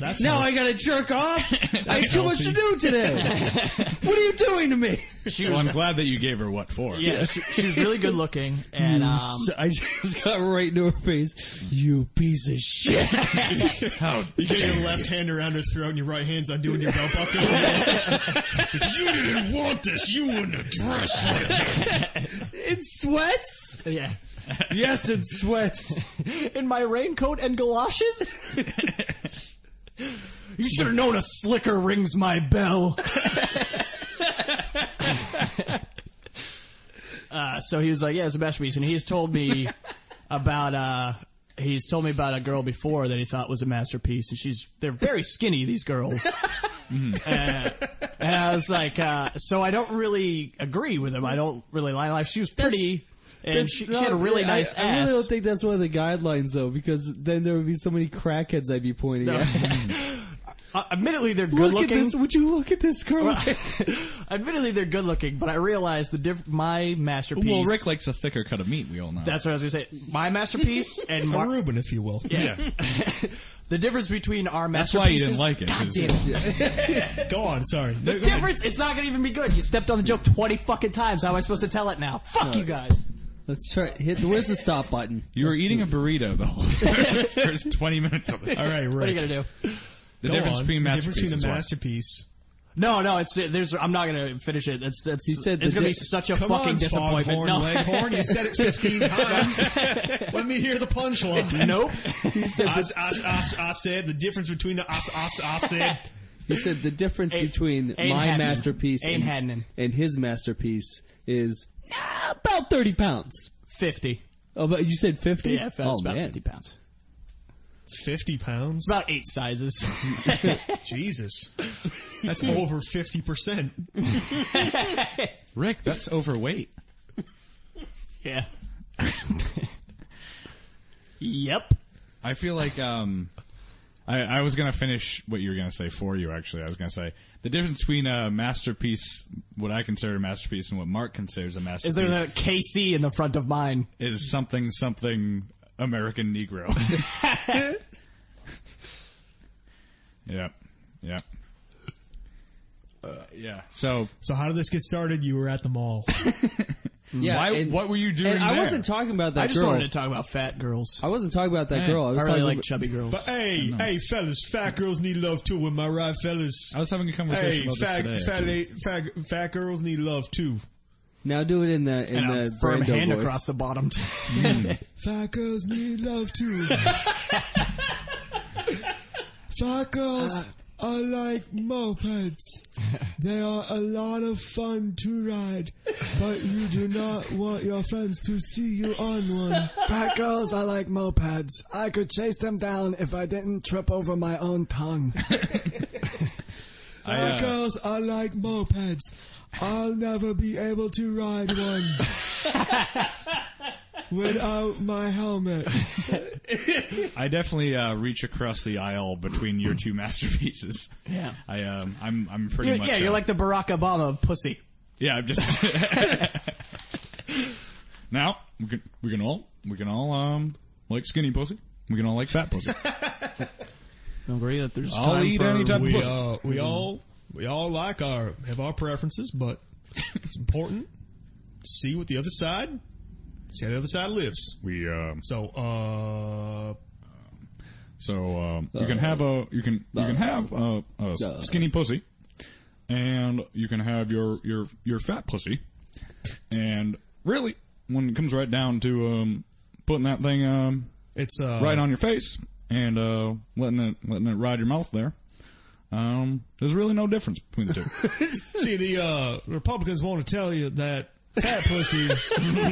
E: That's
D: now I gotta jerk off. I have too much to do today. what are you doing to me?"
E: she
B: well,
E: was.
B: I'm glad that you gave her what for.
E: yeah, she, she was really good looking, and um,
D: So I just got right into her face. You piece of shit.
B: How
H: You get your left hand around her throat and your right hand's undoing your belt buckle. if you didn't want this, you wouldn't have dressed like
D: In sweats?
E: yeah,
D: Yes, in sweats.
E: in my raincoat and galoshes. you should have known a slicker rings my bell. uh, so he was like, "Yeah, it's a masterpiece," and he's told me about. uh He's told me about a girl before that he thought was a masterpiece, and she's—they're very skinny. These girls,
D: Mm-hmm.
E: Uh, and I was like, uh, so I don't really agree with him. I don't really like life. She was pretty, and she, she had a really
D: I-
E: nice
D: I,
E: ass.
D: really don't think that's one of the guidelines though, because then there would be so many crackheads I'd be pointing at.
E: Uh, admittedly, they're good
D: Look
E: looking.
D: at this. Would you look at this girl?
E: admittedly, they're good looking, but I realized the diff- my masterpiece.
B: Well, Rick likes a thicker cut of meat. We all know.
E: that's what I was gonna say. My masterpiece and
A: a
E: Mark.
A: Reuben, if you will.
E: Yeah. the difference between our
B: That's why you
E: masterpieces.
B: didn't like it. 'cause-
A: Go on, sorry.
E: The difference. It's not gonna even be good. You stepped on the joke twenty fucking times. How am I supposed to tell it now? Fuck you guys.
D: Let's try. Hit. Where's the stop button?
B: You were eating a burrito the whole first 20 minutes of it.
A: All right,
E: What are
A: right.
E: you gonna do?
B: The
A: Go
B: difference
A: on.
B: between
A: The
B: masterpiece
A: difference between
B: is
A: a
B: what?
A: masterpiece.
E: No, no. It's there's. I'm not gonna finish it. That's that's.
D: He said
E: it's
D: the
E: gonna be
D: di-
E: such a
A: Come
E: fucking
A: on,
E: disappointment.
A: Foghorn
E: No.
A: Leghorn. You said it 15 times. Let me hear the punchline. I,
E: nope.
A: s- I s- I s- I said the difference between the I, s- I s- I said.
D: He said the difference
E: Ain't-
D: between
E: ain't
D: my
E: happening.
D: masterpiece
E: Ain't
D: and,
E: happening.
D: and his masterpiece is ah, about thirty pounds.
E: Fifty.
D: Oh, but you said fifty.
E: Yeah, it's
D: oh
E: about
D: man,
E: fifty pounds.
A: 50 pounds?
E: It's about eight sizes.
A: Jesus. That's over 50%.
B: Rick, that's overweight.
E: Yeah. yep.
B: I feel like um, I, I was gonna finish what you were gonna say for you. Actually, I was gonna say the difference between a masterpiece, what I consider a masterpiece, and what Mark considers a
E: Is
B: masterpiece
E: there a KC in the front of mine?
B: is something something American Negro. yep, yep, Uh, yeah. So
A: So how did this get started? You were at the mall.
D: Yeah,
B: why?
D: Uh, and-
B: what were you doing?
D: and I
B: there?
D: wasn't talking about that
E: I just
D: girl.
E: wanted to talk about fat girls.
D: I wasn't talking about that girl. I
E: I
D: was
E: really
D: talking
E: like
D: about-
E: chubby girls.
A: But hey, hey fellas, fat girls need love too, am I right fellas?
B: I was having a conversation
A: Hey,
B: about this
A: fat,
B: today.
A: fat,
B: actually.
A: fat, fat girls need love too.
D: now do it in the in
E: and a
D: the
E: firm
D: Uh, Brando
E: hand
D: voice.
E: across the bottom.
A: Fat girls need love too. Fat girls are like mopeds. They are a lot of fun to ride, but you do not want your friends to see you on one.
I: Fat girls are like mopeds. I could chase them down if I didn't trip over my own tongue.
B: I,
A: Fat
B: uh,
A: girls are like mopeds. I'll never be able to ride one without my helmet.
B: I definitely uh, reach across the aisle between your two masterpieces.
E: Yeah.
B: I um, I'm I'm pretty
E: yeah,
B: much
E: yeah,
B: uh,
E: you're like the Barack Obama of pussy.
B: yeah. I'm just now we can we can all we can all um like skinny pussy. We can all like fat pussy.
E: Don't worry that there's
B: I'll eat any type of
A: we,
B: pussy.
A: uh, we all we all like our have our preferences, but it's important to see what the other side see how the other side lives.
B: we um
A: So uh
B: so um you can have a you can you can have a, a skinny pussy, and you can have your your your fat pussy, and really when it comes right down to um putting that thing um,
A: it's uh,
B: right on your face and uh, letting it letting it ride your mouth there. Um, there's really no difference between the two.
A: See, the uh, Republicans want to tell you that fat pussy.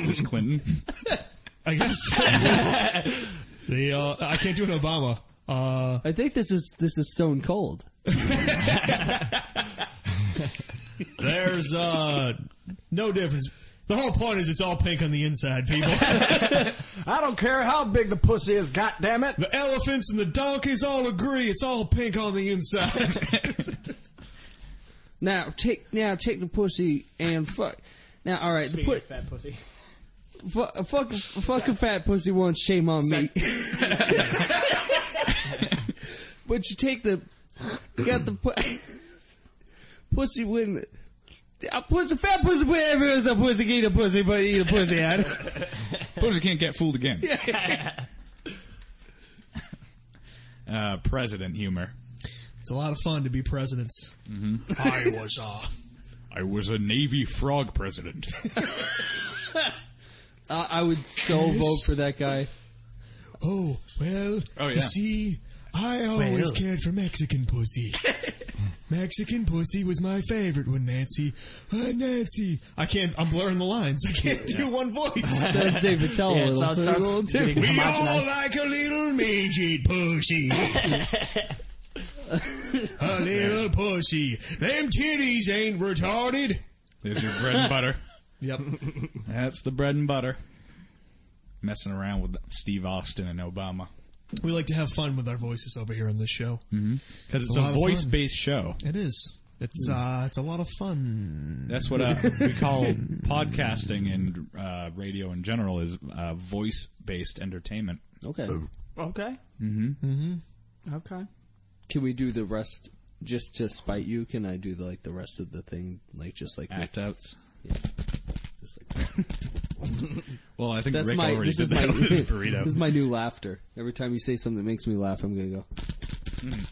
B: This Clinton.
A: I guess the uh, I can't do an Obama. Uh,
D: I think this is this is Stone Cold.
A: there's uh, no difference. The whole point is it's all pink on the inside, people.
I: I don't care how big the pussy is, goddammit.
A: the elephants and the donkeys all agree it's all pink on the inside.
D: Now take now take the pussy and fuck. Now all right, the
E: Speaking
D: put
E: of fat pussy.
D: fu- fuck fuck a fat pussy once. Shame on me. but you take the got the pu- pussy win. A pussy, fat pussy, whatever is a pussy, eat a pussy, but eat a pussy. I don't-
B: Pussy can't get fooled again. uh, president humor.
A: it's a lot of fun to be presidents. I was uh,
B: I was a Navy frog president.
D: I, I would so vote for that guy.
A: Oh, well,
B: Oh, yeah.
A: you see, I always cared for Mexican pussy. Mexican pussy was my favorite when Nancy, uh, Nancy, I can't, I'm blurring the lines. I can't do one voice.
D: That's Dave Attell.
E: Yeah, it's all starts
D: Little
E: getting
D: Tim.
A: we all
E: homogenized.
A: like a little midget pussy. a little pussy. Them titties ain't retarded.
B: There's your bread and butter.
A: Yep.
B: That's the bread and butter. Messing around with Steve Austin and Obama.
A: We like to have fun with our voices over here on this show.
D: Mm-hmm.
B: Because it's
A: a
B: a,
A: lot of
B: voice based show.
A: It is. It's,
D: Mm-hmm.
A: uh, it's a lot of fun.
B: That's what uh, we call podcasting and uh, radio in general is uh, voice based entertainment.
D: Okay.
E: Okay. Mm-hmm. Mm-hmm. Okay.
D: Can we do the rest just to spite you? Can I do like the rest of the thing like just like
B: Act outs.
D: Just like that?
B: Well, I think
D: That's
B: Rick
D: my
B: already
D: this
B: did
D: is
B: that
D: my
B: with his burrito.
D: this is my new laughter. Every time you say something that makes me laugh, I'm gonna go
A: And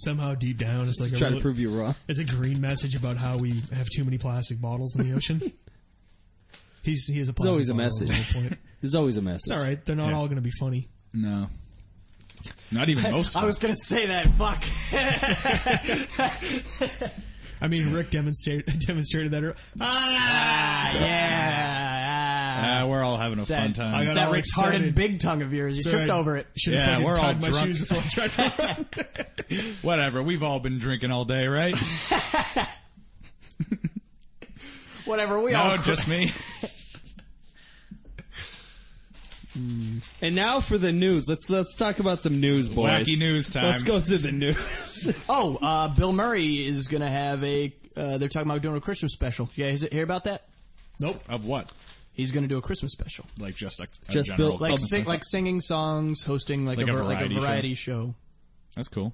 A: somehow deep down, it's like a
D: try to
A: really-
D: prove you wrong.
A: It's a green message about how we have too many plastic bottles in the ocean. He's he is a. Plastic
D: always a
A: bottle is the
D: message.
A: whole point.
D: There's always a message.
A: It's all right. They're not
B: Yeah.
A: all going to be funny.
B: no. Not even most. Of
E: I
B: them.
E: was gonna say that. Fuck.
A: I mean, Rick demonstrated demonstrated that. ear- Ah!
E: Ah, yeah.
B: Ah, we're all having a
E: That-
B: fun time.
A: I
E: It's
A: got
E: that
A: all
E: retarded
A: excited.
E: big tongue of yours. You
A: It's all
E: tripped
A: right.
E: over it.
A: Should have fucking
B: Yeah, we're all
A: tied my
B: drunk.
A: shoes before I tried to run.
B: Whatever. We've all been drinking all day, right?
E: Whatever. We
B: no,
E: all.
B: just me.
D: And now for the news. Let's let's talk about some news, boys.
B: Wacky news time.
D: Let's go through the news.
E: Oh, uh, Bill Murray is gonna have a. Uh, they're talking about doing a Christmas special. You guys hear about that?
A: nope.
B: Of what?
E: He's gonna do a Christmas special,
B: Like just a, a
D: Just
B: general.
D: built-
E: like
D: Oh.
E: sing, like singing songs, hosting like,
B: Like
E: a,
B: a
E: var- like a
B: variety show.
E: variety show.
B: That's cool.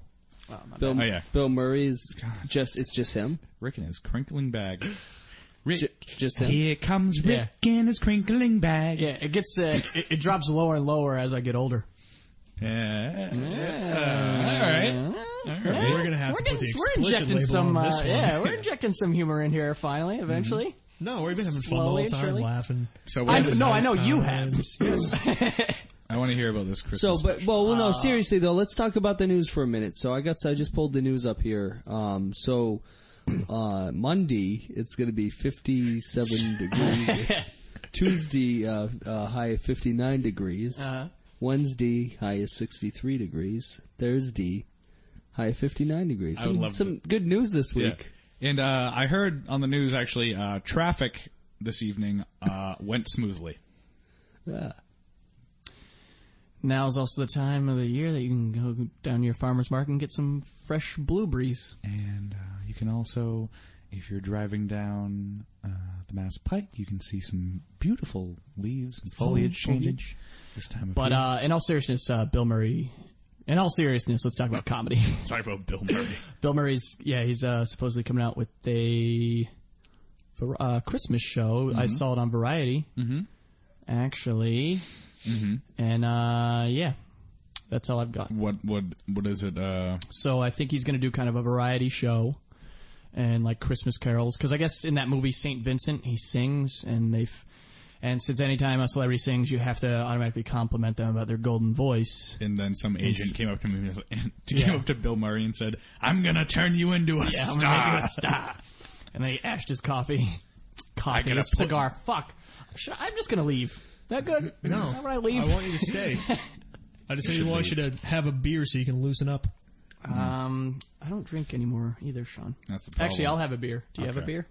D: Bill,
B: Oh, yeah.
D: Bill Murray's just it's just him.
B: Rick and his crinkling bag. Rick.
D: J- just him.
B: Here comes
E: Yeah.
B: Rick in his crinkling bag.
E: Yeah, it gets uh, it, it drops lower and lower as I get older.
B: Yeah. Uh, all right. All right.
A: We're going to have to put the
E: we're
A: explicit
E: injecting
A: label
E: some
A: on
E: uh,
A: this one. Mm-hmm.
E: yeah, we're injececting some humor in here finally. Eventually,
A: No, we've been having fun the
E: Slowly
A: whole
E: and
A: time,
E: surely.
A: laughing.
B: So
E: I,
B: what is-
E: no, I know you have.
A: Times. Yes.
B: I want to hear about this Christmas.
D: So, but well, well, no, seriously though, let's talk about the news for a minute. So, I got, so I just pulled the news up here. Um, so, uh, Monday it's going to be fifty-seven degrees. Tuesday, uh, uh, high of fifty-nine degrees.
E: Uh-huh.
D: Wednesday, high of sixty-three degrees. Thursday, high of fifty-nine degrees.
B: I would
D: Some,
B: love
D: some good news this
B: Yeah.
D: week.
B: And uh, I heard on the news actually, uh, traffic this evening uh, went smoothly.
D: Yeah.
E: Now's also the time of the year that you can go down to your farmer's market and get some fresh blueberries.
B: And uh, you can also, if you're driving down uh, the Mass Pike, you can see some beautiful leaves and foliage changing this time of
E: But
B: year.
E: uh, in all seriousness, uh, Bill Murray. In all seriousness, let's talk about comedy.
B: Sorry about Bill Murray.
E: Bill Murray's yeah, he's uh, supposedly coming out with a var- uh, Christmas show. I saw it on Variety, mm-hmm. actually, and uh, yeah, that's all I've got.
B: what what what is it? Uh,
E: So I think he's going to do kind of a variety show and like Christmas carols because I guess in that movie Saint Vincent he sings and they've And since anytime a celebrity sings, you have to automatically compliment them about their golden voice.
B: And then some agent came up to me and, was like, and
E: Yeah.
B: came up to Bill Murray and said, "I'm gonna turn you into a
E: Yeah, I'm
B: star."
E: gonna make you a star. And they ashed his coffee.
B: I
E: Coffee,
B: gotta
E: a
B: put-
E: cigar. Fuck. Should- I'm just gonna leave. That good? No. How would I leave?
A: I want you to stay. I just really want you to have a beer so you can loosen up.
E: Um, I don't drink anymore either, Sean.
B: That's the problem.
E: Actually, I'll have a beer. Do you have a
B: Okay.
E: beer?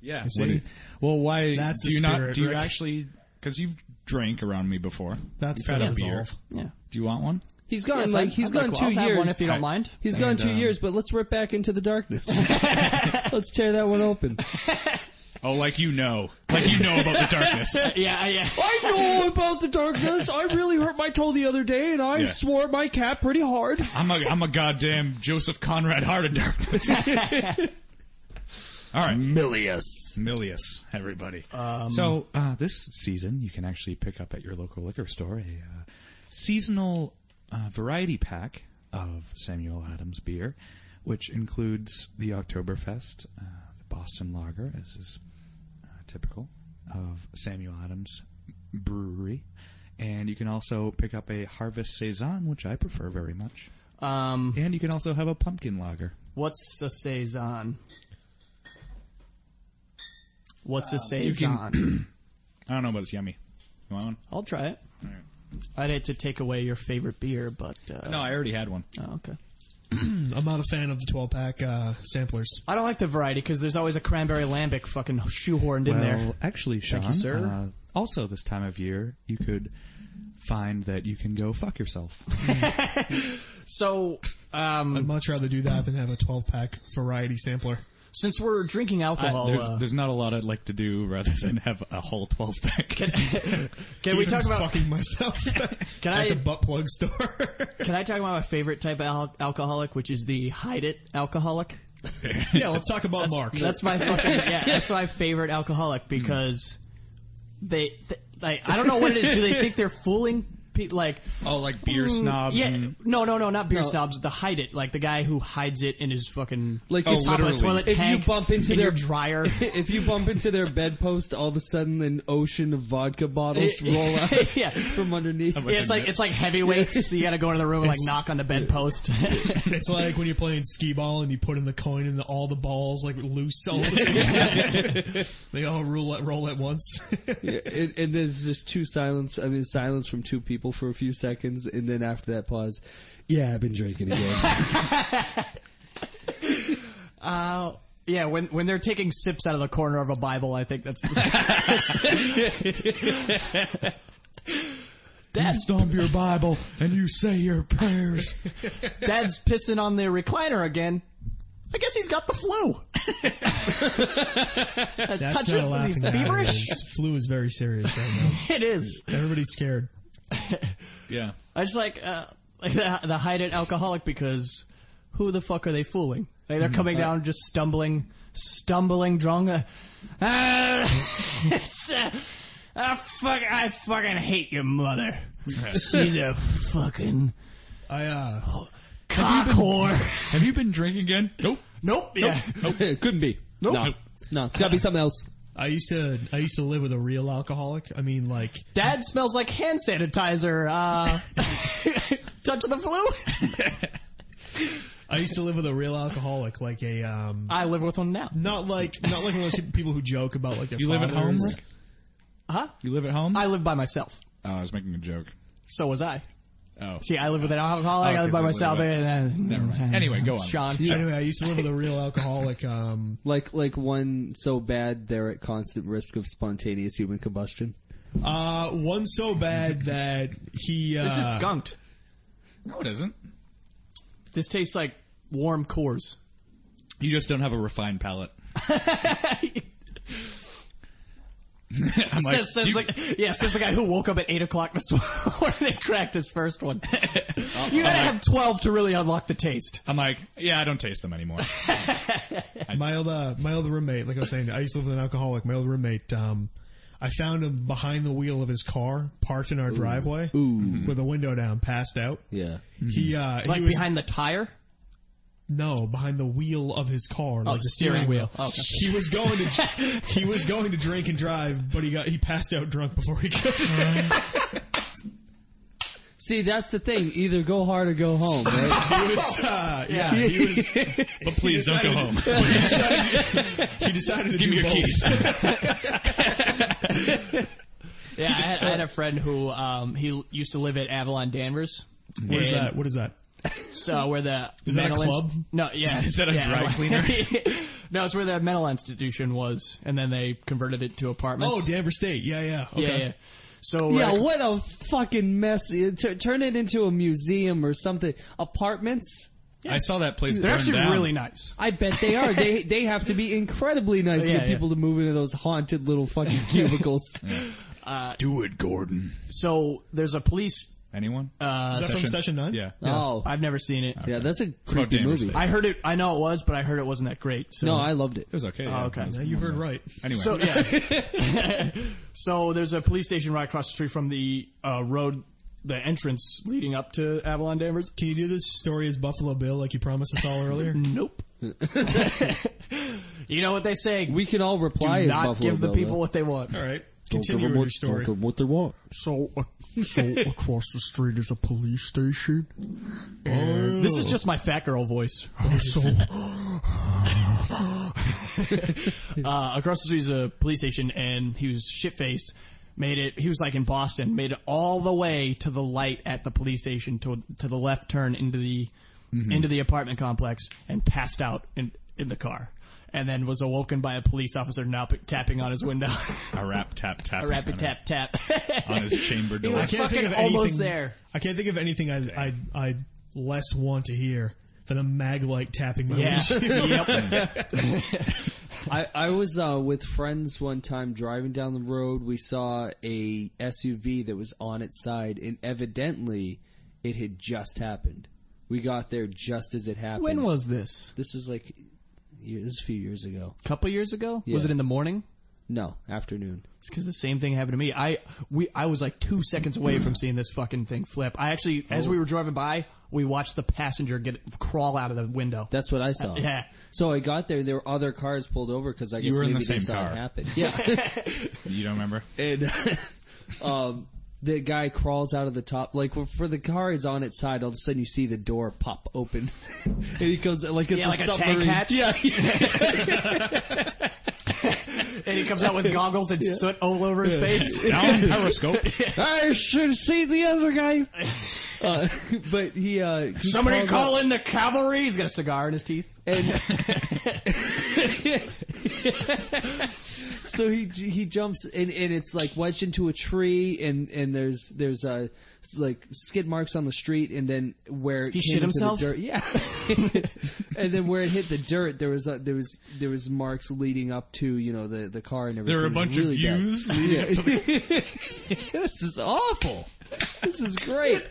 B: Yeah.
A: See?
B: what do you- well, why
A: That's
B: do
A: the
B: you
A: spirit,
B: not? Do you
A: Rick.
B: actually? Because you've drank around me before.
A: That's
B: You've
A: the
B: had a beer.
A: resolve.
E: Yeah.
B: Do you want one?
D: He's gone
E: Yes,
D: like
E: I'd-
D: he's
E: I'd
D: gone
E: like
D: two
E: one. I'll have
D: years.
E: one if you don't mind.
D: He's gone
B: uh,
D: two years, but let's rip back into the darkness. let's tear that one open.
B: Oh, like you know, like you know about the darkness.
E: Yeah, yeah.
D: I know about the darkness. I really hurt my toe the other day, and I
B: Yeah.
D: swore at my cat pretty hard.
B: I'm a I'm a goddamn Joseph Conrad Heart of Darkness. All right, Milius, Milius, everybody. so uh, this season, you can actually pick up at your local liquor store a uh, seasonal uh, variety pack of Samuel Adams beer, which includes the Oktoberfest, uh, the Boston Lager, as is uh, typical of Samuel Adams Brewery. And you can also pick up a Harvest Saison, which I prefer very much.
E: Um,
B: And you can also have a pumpkin lager.
E: what's a saison? What's a
B: Uh,
E: saison?
B: I don't know, but it's yummy. You want one?
E: I'll try it. I'd hate to take away your favorite beer, but uh,
B: No, I already had one.
E: oh, okay.
A: Mm, I'm not a fan of the 12 pack uh, samplers.
E: I don't like the variety because there's always a cranberry lambic fucking shoehorned in there.
B: actually, Sean,
E: you, sir.
B: Uh, also this time of year, you could find that you can go fuck yourself.
E: So, um,
A: I'd much rather do that than have a 12 pack variety sampler.
E: since we're drinking alcohol,
B: there's,
E: uh,
B: there's not a lot I'd like to do rather than have a whole 12 pack.
E: can we
A: Even
E: talk about?
A: fucking myself
E: Can
A: at
E: I-
A: the butt plug store?
E: Can I talk about my favorite type of al- alcoholic, which is the hide it alcoholic?
A: yeah, let's talk about Mark.
E: That's my fucking yeah. That's my favorite
B: Hmm.
E: alcoholic because they, th like I don't know what it is. Do they think they're fooling? pe- Like
B: oh, like beer
E: mm,
B: snobs
E: Yeah,
B: and...
E: no, no, no, not beer snobs. The hide it, like the guy who hides it in his fucking
D: Like,
E: on
D: it's-
E: top of a
B: literally.
E: toilet
D: If you
E: tank.
D: bump into
E: in
D: their-
E: your dryer,
D: if you bump into their bedpost, all of a sudden an ocean of vodka bottles roll out
E: yeah.
D: from underneath.
E: Yeah, it's like it's like heavyweights. You got to go into the room and like knock on the bedpost.
A: It's like when you're playing skee ball and you put in the coin and the, all the balls like loose all at the same time. they all roll at, roll at once.
D: Yeah, and, and there's just two silence. I mean, silence from two people for a few seconds, and then after that pause, yeah, I've been drinking again.
E: yeah, when when they're taking sips out of the corner of a Bible, I think that's. Dad's
B: Stomp your Bible and you say your prayers.
E: Dad's pissing on the recliner again. I guess he's got the flu.
A: That's
E: Touch
A: not
E: it,
A: a laughing
E: was he
A: matter.
E: feverish?
A: It's- Flu is very serious right
E: It is.
A: now. Everybody's scared.
B: yeah.
E: I just like uh, like the, the hide it alcoholic because who the fuck are they fooling? Like they're coming down just stumbling, stumbling drunk. Uh, uh, it's, uh, uh, fuck, I fucking hate your mother. She's a fucking
A: I uh,
E: cock whore.
B: Have you been drinking again? Nope.
E: Nope. Yeah.
D: Couldn't be.
E: Nope.
D: No, no, it's got to be something else.
A: I used to I used to live with a real alcoholic. I mean, like
E: Dad smells like hand sanitizer. Uh, touch the flu.
A: I used to live with a real alcoholic, like a um,
E: I live with one now.
A: not like not like one of those people who joke about like their
B: You live at home?
A: fathers.
B: Rick?
E: Huh?
B: You live at home?
E: I live by myself.
B: oh, I was making a joke.
E: So was I.
B: Oh.
E: See, I live with an alcoholic.
B: Oh,
E: I live by
B: 'cause they
E: myself.
B: live
E: and,
B: Never mind. Anyway, go on.
E: Sean.
A: Anyway, I used to live with a real alcoholic. Um,
D: Like like one so bad they're at constant risk of spontaneous human combustion.
A: uh, one so bad that he uh,
E: This is skunked.
B: No, it isn't.
E: This tastes like warm cores.
B: You just don't have a refined palate. I'm like,
E: says, says
B: you-
E: the, yeah, says the guy who woke up at 8 o'clock this morning and cracked his first one. you gotta have 12 to really unlock the taste.
B: I'm like, yeah, I don't taste them anymore.
A: My old, uh, my old roommate, like I was saying, I used to live with an alcoholic. My old roommate, um, I found him behind the wheel of his car, parked in our driveway, with the window down, passed out.
D: Yeah.
A: He, uh,
E: Like
A: he was,
E: behind the tire?
A: No, behind the wheel of his car, like
E: Oh, the steering wheel. Oh, okay.
A: He was going to he was going to drink and drive, but he got he passed out drunk before he could.
D: See, that's the thing. Either go hard or go home, right?
A: he was, uh, yeah, he was.
B: But please don't go home.
A: He decided, he decided to
B: Give
A: do
B: me your
A: both.
B: keys.
E: Yeah, I had, I had a friend who um, he l- used to live at Avalon Danvers.
A: What is
E: And
A: that? What is that?
E: So where the
A: Is that a
E: mental inst-
A: club?
E: No, yeah.
B: Is that a
E: yeah,
B: dry
E: well-
B: cleaner?
E: no, it's where the mental institution was, and then they converted it to apartments.
A: Oh, Denver State. Yeah, yeah. Okay.
E: yeah, yeah. So uh,
D: yeah,
E: where-
D: what a fucking mess. It- tu- turn it into a museum or something. Apartments?
B: I saw that place
E: they're
B: burn
E: actually
B: down.
E: really nice.
D: I bet they are. they they have to be incredibly nice to
E: Yeah,
D: get
E: yeah.
D: people to move into those haunted little fucking cubicles.
B: Do it, Gordon.
E: So there's a police.
B: Anyone?
E: Uh,
A: Is that from Session
B: Session-
A: Nine?
B: yeah.
D: Oh.
E: I've never seen it.
D: yeah, that's a
B: about
D: creepy
B: Denver
D: movie.
B: State.
E: I heard it. I know it was, but I heard it wasn't that great. So.
D: no, I loved it.
B: It was okay.
E: Oh,
B: yeah.
E: okay.
A: Yeah, you heard right.
B: Anyway,
E: So yeah. so there's a police station right across the street from the uh, road, the entrance leading up to Avalon Danvers.
A: Can you do this story as Buffalo Bill like you promised us all earlier?
E: Nope. you know what they say.
D: We can all
E: do
D: reply as
E: not
D: Buffalo
E: give the
D: Bill,
E: people
D: though.
E: what they want.
A: all right. Continue with your story.
D: what they want.
I: So, uh, so across the street is a police station.
E: This is just my fat girl voice.
I: So,
E: Uh, across the street is a police station, and he was shit faced. Made it. He was like in Boston. Made it all the way to the light at the police station to to the left turn into the into the apartment complex, and passed out in in the car. And then was awoken by a police officer now tapping on his window.
B: a rap tap tap.
E: a rapid
B: on
E: tap
B: his-
E: tap.
B: on his chamber door.
E: was- fucking almost there.
A: I can't think of anything I I I less want to hear than a mag light tapping my
E: yeah.
A: windshield.
E: yep.
D: I, I was uh, with friends one time driving down the road. We saw a SUV that was on its side, and evidently, it had just happened. We got there just as it happened.
E: When was this?
D: this? Is like year- this is a few years ago.
E: A couple years ago?
D: Yeah.
E: Was it in the morning?
D: No, afternoon.
E: It's because the same thing happened to me. I we I was like two seconds away from seeing this fucking thing flip. I actually, as we were driving by, we watched the passenger get crawl out of the window.
D: That's what I saw.
E: yeah.
D: So I got there. There were other cars pulled over because I guess
B: were in
D: maybe
B: the same
D: they saw
B: car.
D: it happen. Yeah.
B: You don't remember?
D: and um, the guy crawls out of the top. Like for the car is on its side, all of a sudden you see the door pop open, and he goes like it's
E: Yeah,
D: a
E: like a tank
D: submarine.
E: hatch?
D: Yeah, yeah.
E: and he comes out with goggles and soot all over his face.
B: Down periscope.
D: I should see the other guy. Uh, but he, uh, he
E: Somebody
D: crawls
E: call
D: out-
E: in the cavalry. He's got a cigar in his teeth.
D: And so he he jumps and, and it's like wedged into a tree and, and there's there's uh like skid marks on the street and then where it
E: He
D: came
E: shit
D: into
E: himself?
D: The dirt, yeah, and then where it hit the dirt there was uh, there was there was marks leading up to you know the the car and everything.
B: There were a
D: It
B: bunch
D: was really
B: of
D: bad.
B: views.
D: Yeah. this is awful. This is great.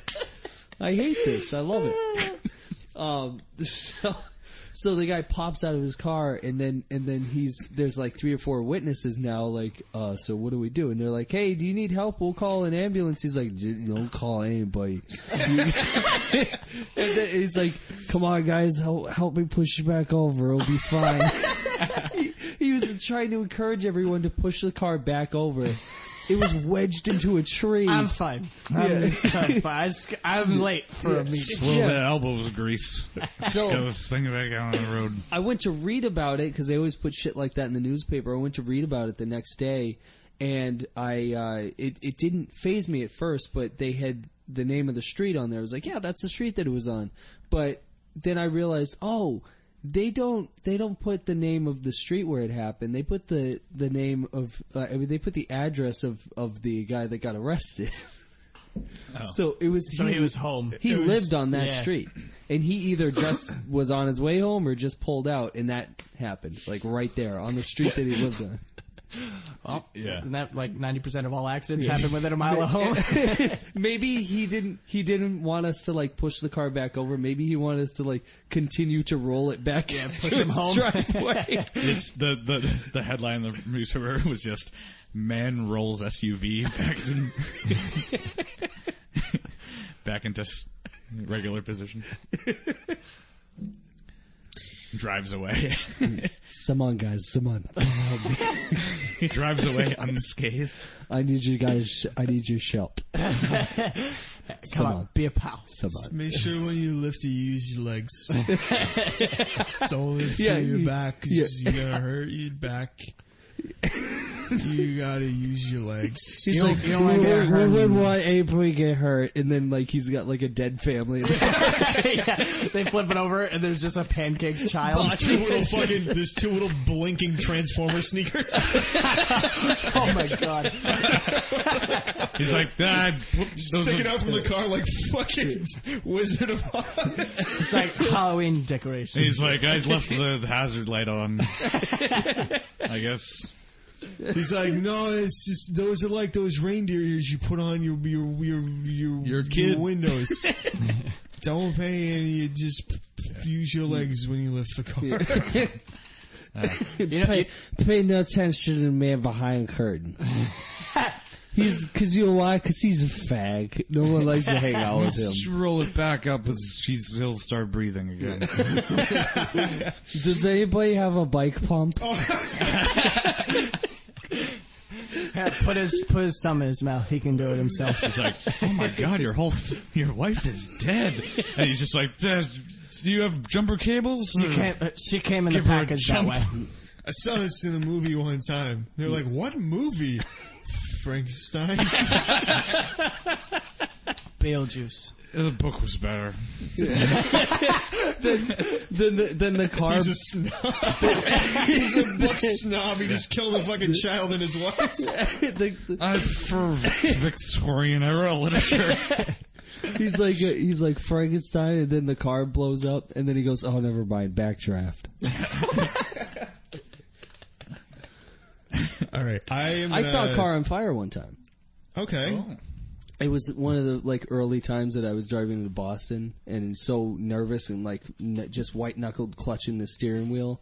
D: I hate this. I love it. Um, so, so the guy pops out of his car and then, and then he's, there's like three or four witnesses now, like, uh, so what do we do? And they're like, hey, do you need help? We'll call an ambulance. He's like, "J- don't call anybody. and then he's like, come on guys, help, help me push you back over. It'll be fine. He was trying to encourage everyone to push the car back over. It was wedged into a tree.
E: I'm fine. I'm,
D: Yeah.
E: sorry, fine. I just- I'm late for a meeting.
B: A little bit of elbows grease. Got
D: So
B: this thing back out on the road.
D: I went to read about it because they always put shit like that in the newspaper. I went to read about it the next day, and I uh, it it didn't phase me at first, but they had the name of the street on there. I was like, yeah, that's the street that it was on. But then I realized, oh. They don't. They don't put the name of the street where it happened. They put the the name of. Uh, I mean, they put the address of of the guy that got arrested. So it was.
E: So he was home.
D: He
E: It was-
D: lived on that
E: yeah.
D: street. And he either just was on his way home or just pulled out and that happened. Like right there on the street that he lived on.
E: Well,
B: Yeah.
E: Isn't that like 90% of all accidents happen within a mile of home?
D: Maybe he didn't, he didn't want us to like push the car back over. Maybe he wanted us to like continue to roll it back. Yeah,
E: push him home.
D: Driveway.
B: It's the, the, the headline in the newspaper was just, man rolls SUV back in, back into s- regular position. drives away.
D: Come on, guys. Come on.
B: drives away unscathed.
D: I need you guys. I need your help.
E: Come on, be a pal.
D: Come on.
A: Make sure when you lift, you use your legs. it's only for
D: Yeah,
A: your
D: you-
A: back. 'cause You're gonna hurt your back. you gotta use your legs.
D: He's like,
E: don't wanna
D: we,
E: get hurt.
D: would- we would want April to get hurt, and then like he's got like a dead family.
E: yeah, they flip it over and there's just a pancake's child.
H: There's two little fucking, there's two little blinking Transformer sneakers.
E: oh my god.
B: He's like, ah, those
H: Sticking
B: are-
H: out from the car like fucking Wizard of Oz.
E: It's like Halloween decoration.
B: He's like, I left the the hazard light on. I guess.
A: He's like, no, it's just, those are like those reindeer ears you put on your your your your, your
B: kid.
A: windows. Don't pay any. You just p- p- use your legs when you lift the car.
E: You know, you,
D: Pay no attention to the man behind the curtain. He's cause you know why? Cause he's a fag. No one likes to hang out with him.
B: Just roll it back up, and she's, he'll start breathing again.
D: Does anybody have a bike pump?
E: Oh. put his put his thumb in his mouth. He can do it himself.
B: He's like, oh my god, your whole, your wife is dead. And he's just like, "Dad, do you have jumper cables?
E: She came, uh, she came in the
B: Give her a
E: package that
B: jump.
E: way.
A: I saw this in a movie one time. They're like, what movie? Frankenstein.
E: Beetlejuice.
B: The book was better.
D: Then the, then the car
H: He's a snob. He's a book snob. He just killed a fucking child and his wife.
D: the, the-
B: I prefer Victorian era literature.
D: he's like uh, he's like Frankenstein, and then the car blows up, and then he goes, "Oh, never mind, backdraft."
H: All right, I am.
D: I saw a
H: uh,
D: car on fire one time.
H: Okay,
B: Oh.
D: It was one of the like early times that I was driving to Boston and so nervous and like n- just white knuckled clutching the steering wheel,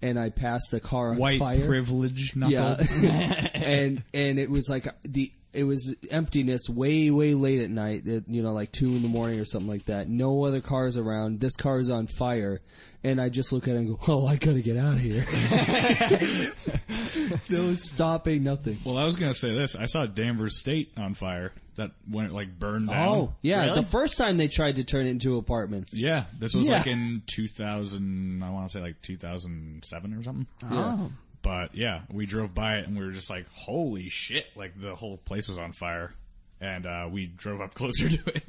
D: and I passed a car on
B: White
D: fire.
B: privilege knuckle.
D: yeah, and and it was like the it was emptiness way way late at night, that you know like two in the morning or something like that. No other cars around. This car is on fire, and I just look at it and go, "Oh, I gotta get out of here." no stopping, nothing.
B: Well, I was gonna say this. I saw Danvers State on fire. That when it like burned down.
D: Oh yeah, the first time they tried to turn it into apartments.
B: Yeah, this was
D: Yeah.
B: like in 2000, I want to say like 2007 or something.
D: Oh.
B: But yeah, we drove by it and we were just like, holy shit, like the whole place was on fire. And, uh, we drove up closer to it.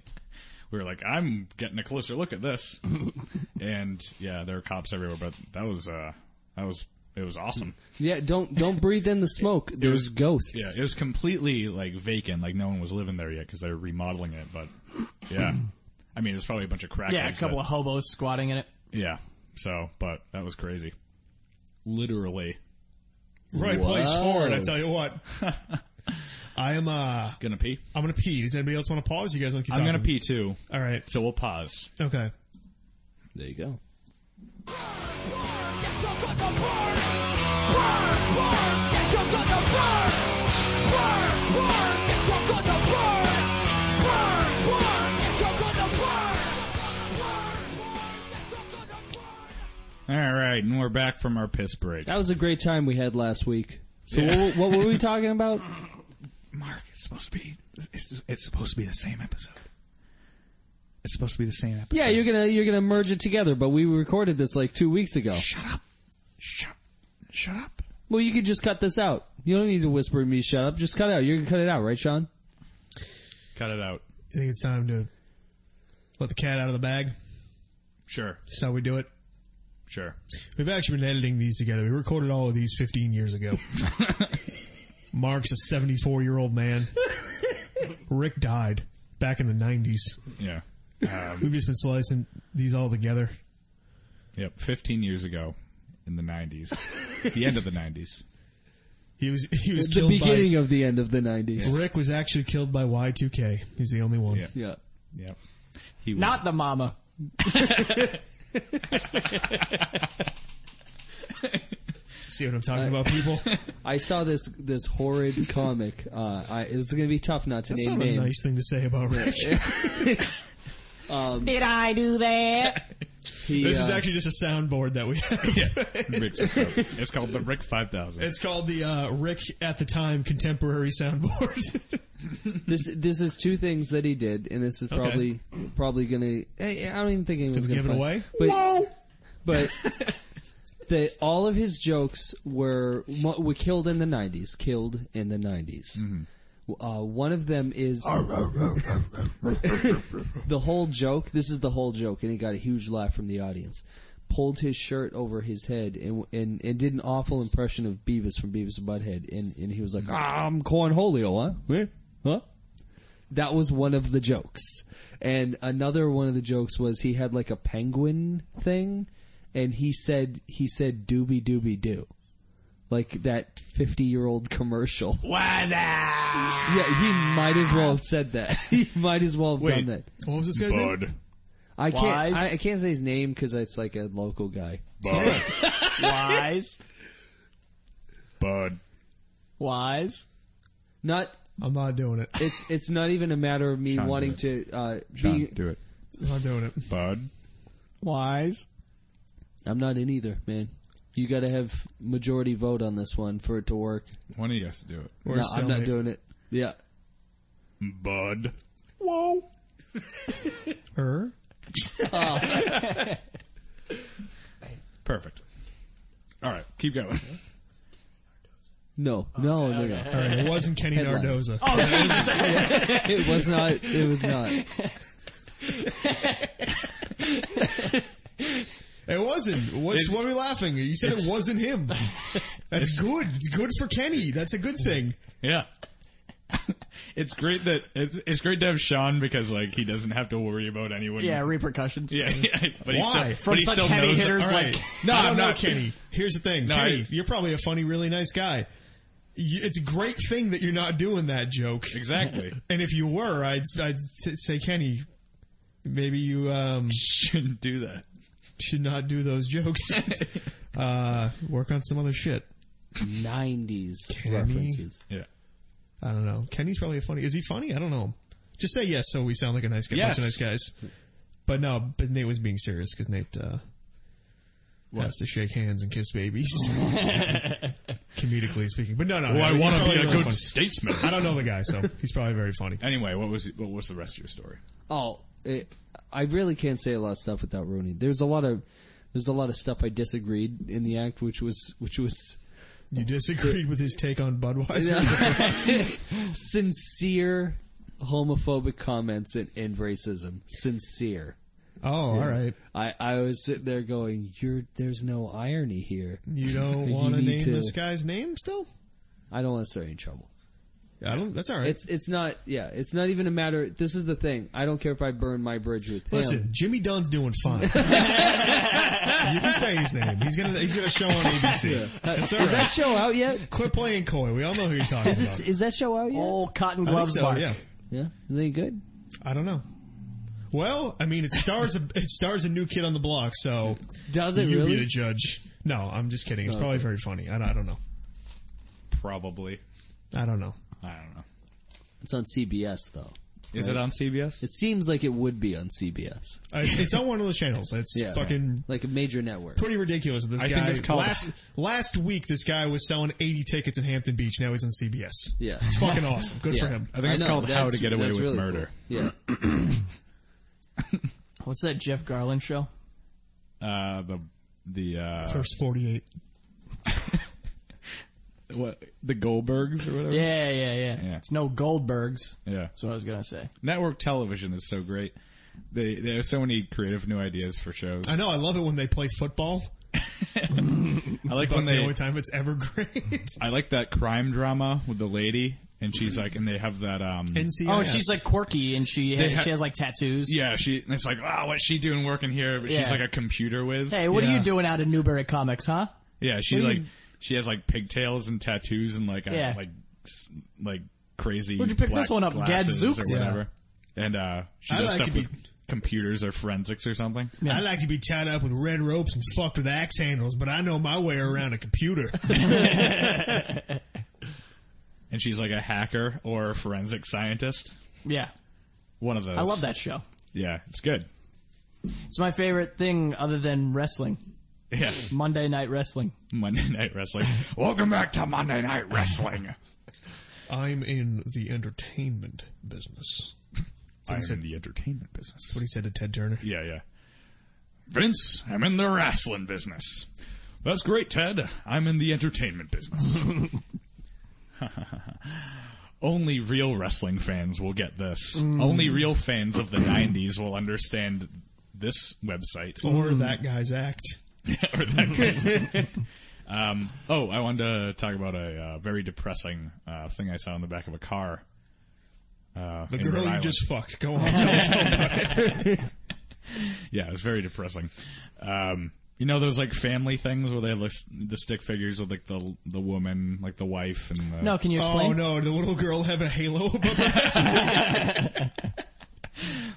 B: We were like, I'm getting a closer look at this. and yeah, there were cops everywhere, but that was, uh, that was, it was awesome.
D: Yeah, don't don't breathe in the smoke. There's
B: was-
D: ghosts.
B: Yeah, it was completely like vacant, like no one was living there yet because they were remodeling it, but yeah. I mean, there's probably a bunch of crackheads.
E: Yeah, a couple
B: that-
E: of hobos squatting in it.
B: Yeah. So, but that was crazy. Literally
H: right place for it. I tell you what. I am. Uh,
B: gonna pee.
H: I'm gonna pee. Does anybody else want to pause? You guys want to keep
B: I'm
H: talking?
B: gonna pee too.
H: All right.
B: So we'll pause.
H: Okay.
D: There you go.
B: All right, and we're back from our piss break.
D: That was a great time we had last week. So what, what were we talking about?
B: Mark, it's supposed to be. It's, it's supposed to be the same episode. It's supposed to be the same episode.
D: Yeah, you're gonna you're gonna merge it together, but we recorded this like two weeks ago.
B: Shut up. Shut. Shut up.
D: Well, you could just cut this out. You don't need to whisper to me, shut up. Just cut it out. You're gonna cut it out, right, Sean?
B: Cut it out.
A: I think it's time to let the cat out of the bag.
B: Sure.
A: That's how we do it.
B: Sure.
A: We've actually been editing these together. We recorded all of these 15 years ago. Mark's a 74 year old man. Rick died back in the 90s.
B: Yeah. Um,
A: We've just been slicing these all together.
B: Yep. 15 years ago, in the 90s, the end of the 90s.
A: He was he was
D: The
A: killed
D: beginning of the end of the '90s.
A: by Rick was actually killed by Y2K. He's the only one.
B: Yeah.
D: Yeah.
B: Yep. He was,
E: Not the mama.
A: See what I'm talking about, people?
D: I saw this this horrid comic. Uh, I, it's gonna be tough not to
A: That's
D: name
A: not a
D: names.
A: nice thing to say about Rick.
E: Did I do that?
D: He,
A: this is
D: uh,
A: actually just a soundboard that we have.
B: Rick's so it's called the Rick Five Thousand.
A: It's called the uh, Rick at the time contemporary soundboard.
D: This this is two things that he did, and this is
A: Okay.
D: probably probably gonna. eh, I I don't even think anyone's
A: Does it
D: gonna
A: give it
D: find-
A: away?
D: But, Whoa! But the, all of his jokes were mo- were killed in the '90s. Killed in the '90s.
A: Mm-hmm.
D: Uh, one of them is the whole joke. This is the whole joke, and he got a huge laugh from the audience. Pulled his shirt over his head and and, and did an awful impression of Beavis from Beavis and Butthead, and and he was like, ah, "I'm cornholio, huh? Eh? Huh?" That was one of the jokes, and another one of the jokes was he had like a penguin thing, and he said he said "doobie doobie doo," like that fifty year old commercial. Yeah, he might as well have said that. he might as well have done that.
A: what was this guy's name?
B: Bud.
D: I can't.
E: Wise?
D: I, I can't say his name because it's like a local guy.
B: Bud.
E: Wise.
B: Bud.
E: Wise.
D: Not.
A: I'm not doing it.
D: It's it's not even a matter of me
B: Sean, do
D: wanting
B: it.
D: to uh,
B: Sean,
D: be.
B: do it.
A: I'm not doing it.
B: Bud.
E: Wise.
D: I'm not in either, man. You got to have majority vote on this one for it to work.
B: One of you guys to do it.
A: We're
D: no, I'm
A: stalemate.
D: not doing it. Yeah.
B: Bud.
A: Er?
B: Perfect. All right, keep going.
D: No. No. No. No.
A: All right, it wasn't Kenny
D: Headline. Oh.
A: Nardoza.
D: it was not. It was not.
A: It wasn't. What's,
B: It-
A: why are we laughing? You said it wasn't him. That's good. It's good for Kenny. That's a good thing.
B: Yeah. it's great that it's, it's great to have Sean because like he doesn't have to worry about anyone.
E: Yeah, repercussions.
B: Yeah, yeah, but he
A: Why?
B: still,
A: From
B: but he
E: such
B: still
E: heavy
B: knows
E: hitters
B: all
E: like-
A: No, I
B: I'm
A: don't know
B: not-
A: Kenny. Here's the thing,
B: No,
A: Kenny.
B: I-
A: you're probably a funny, really nice guy. You, it's a great thing that you're not doing that joke.
B: exactly.
A: And if you were, I'd I'd s- say Kenny, maybe you um
B: Shouldn't do that.
A: should not do those jokes. uh, work on some other shit.
D: Nineties
A: me?
D: references.
B: Yeah.
A: I don't know. Kenny's probably a funny. Is he funny? I don't know. Just say yes, so we sound like a nice guy, bunch of nice
B: Yes.
A: guys. But no, but Nate was being serious because Nate uh, has to shake hands and kiss babies, comedically speaking. But no, no, no,
B: Well, I
A: he's
B: want to
A: probably
B: be a
A: really
B: good
A: funny.
B: statesman.
A: I don't know the guy, so he's probably very funny.
B: Anyway, what was what was the rest of your story?
D: Oh, it, I really can't say a lot of stuff without ruining. There's a lot of there's a lot of stuff I disagreed in the act, which was which was
A: You disagreed with his take on Budweiser.
D: sincere homophobic comments and, and racism. Sincere.
A: Oh, all right.
D: I, I was sitting there going, "You're there's no irony here.
A: You don't
D: You
A: want to
D: need
A: name
D: to-
A: this guy's name still?
D: I don't want to start any trouble."
A: I don't. That's all right.
D: It's it's not yeah. It's not even a matter. This is the thing. I don't care if I burn my bridge with
A: Listen,
D: him.
A: Jimmy Dunn's doing fine. you can say his name. He's gonna he's gonna show on ABC. That's all
D: Is that
A: right.
D: show out yet?
A: Quit playing coy. We all know who you're
B: Oh,
A: talking
D: Is
A: about.
D: it is that show out yet?
E: Old cotton
A: I think
E: gloves
A: so,
E: bark.
A: yeah.
D: Yeah. Is it good?
A: I don't know. Well, I mean, it stars a, it stars a new kid on the block, so
D: Does
A: you
D: it
A: be
D: really?
A: the judge. No, I'm just kidding. It's probably very funny. I, don't- I don't know.
B: Probably.
A: I don't know.
B: I don't know.
D: It's on CBS though.
B: Is it on CBS?
D: It seems like it would be on CBS.
A: Uh, It's, it's on one of those channels. It's
D: Yeah.
A: fucking
D: Like a major network.
A: pretty ridiculous. This
B: I think
A: guy
B: it's called-
A: last last week, this guy was selling 80 tickets in Hampton Beach. Now he's on CBS.
D: Yeah.
A: it's fucking awesome. Good for
D: Yeah.
A: him.
B: I think it's
D: know,
B: called How
D: that's-
B: to Get Away
D: that's
B: with
D: really
B: Murder.
D: cool. Yeah.
E: What's that Jeff Garland show?
B: Uh, the the uh,
A: First 48.
B: what the Goldbergs or whatever.
E: Yeah, yeah, yeah.
B: Yeah.
E: It's no Goldbergs.
B: Yeah.
E: That's what I was gonna say.
B: Network television is so great. They they have so many creative new ideas for shows.
A: I know. I love it when they play football.
B: I like
A: But
B: when
A: the
B: they Oh,
A: only time it's ever great.
B: I like that crime drama with the lady, and she's like, and they have that um.
A: NCIS.
E: Oh, she's like quirky and she
B: They ha-
E: she has like tattoos.
B: yeah, she. And it's like, ah, what's she doing working here? But she's
E: Yeah.
B: like a computer whiz.
E: Hey, what are
A: Yeah.
E: you doing out in Newberry Comics, huh?
B: yeah, she like she has like pigtails and tattoos and like a,
E: Yeah.
B: like s- like crazy.
E: Where'd you pick
B: black
E: this one up,
B: glasses
E: Gadzooks?
B: or whatever? And uh, she
A: I
B: does
A: like
B: stuff
A: to be-
B: with computers or forensics or something.
A: I like to be tied up with red ropes and fucked with axe handles, but I know my way around a computer.
B: And she's like a hacker or a forensic scientist.
E: Yeah.
B: One of those.
E: I love that show.
B: Yeah, it's good.
E: It's my favorite thing other than wrestling.
B: Yeah.
E: Monday night wrestling.
B: Monday Night Wrestling. Welcome back to Monday Night Wrestling.
A: I'm in the entertainment business.
B: I'm in the entertainment business.
A: What he said to Ted Turner.
B: Yeah, yeah. Vince, I'm in the wrestling business. That's great, Ted. I'm in the entertainment business. Only real wrestling fans will get this.
A: Mm.
B: Only real fans of the 90s will understand this website.
A: Or that guy's act.
B: or that guy. um, oh, I wanted to talk about a uh, very depressing uh, thing I saw in the back of a car. Uh,
A: The
B: in Rhode
A: girl you
B: Island.
A: just fucked. Go on. Tell us about
B: yeah, it was very depressing. Um, you know those like family things where they have like, s- the stick figures with like the the woman, like the wife, and the,
E: No, can you
A: Oh
E: explain?
A: no, did the little girl have a halo above her head?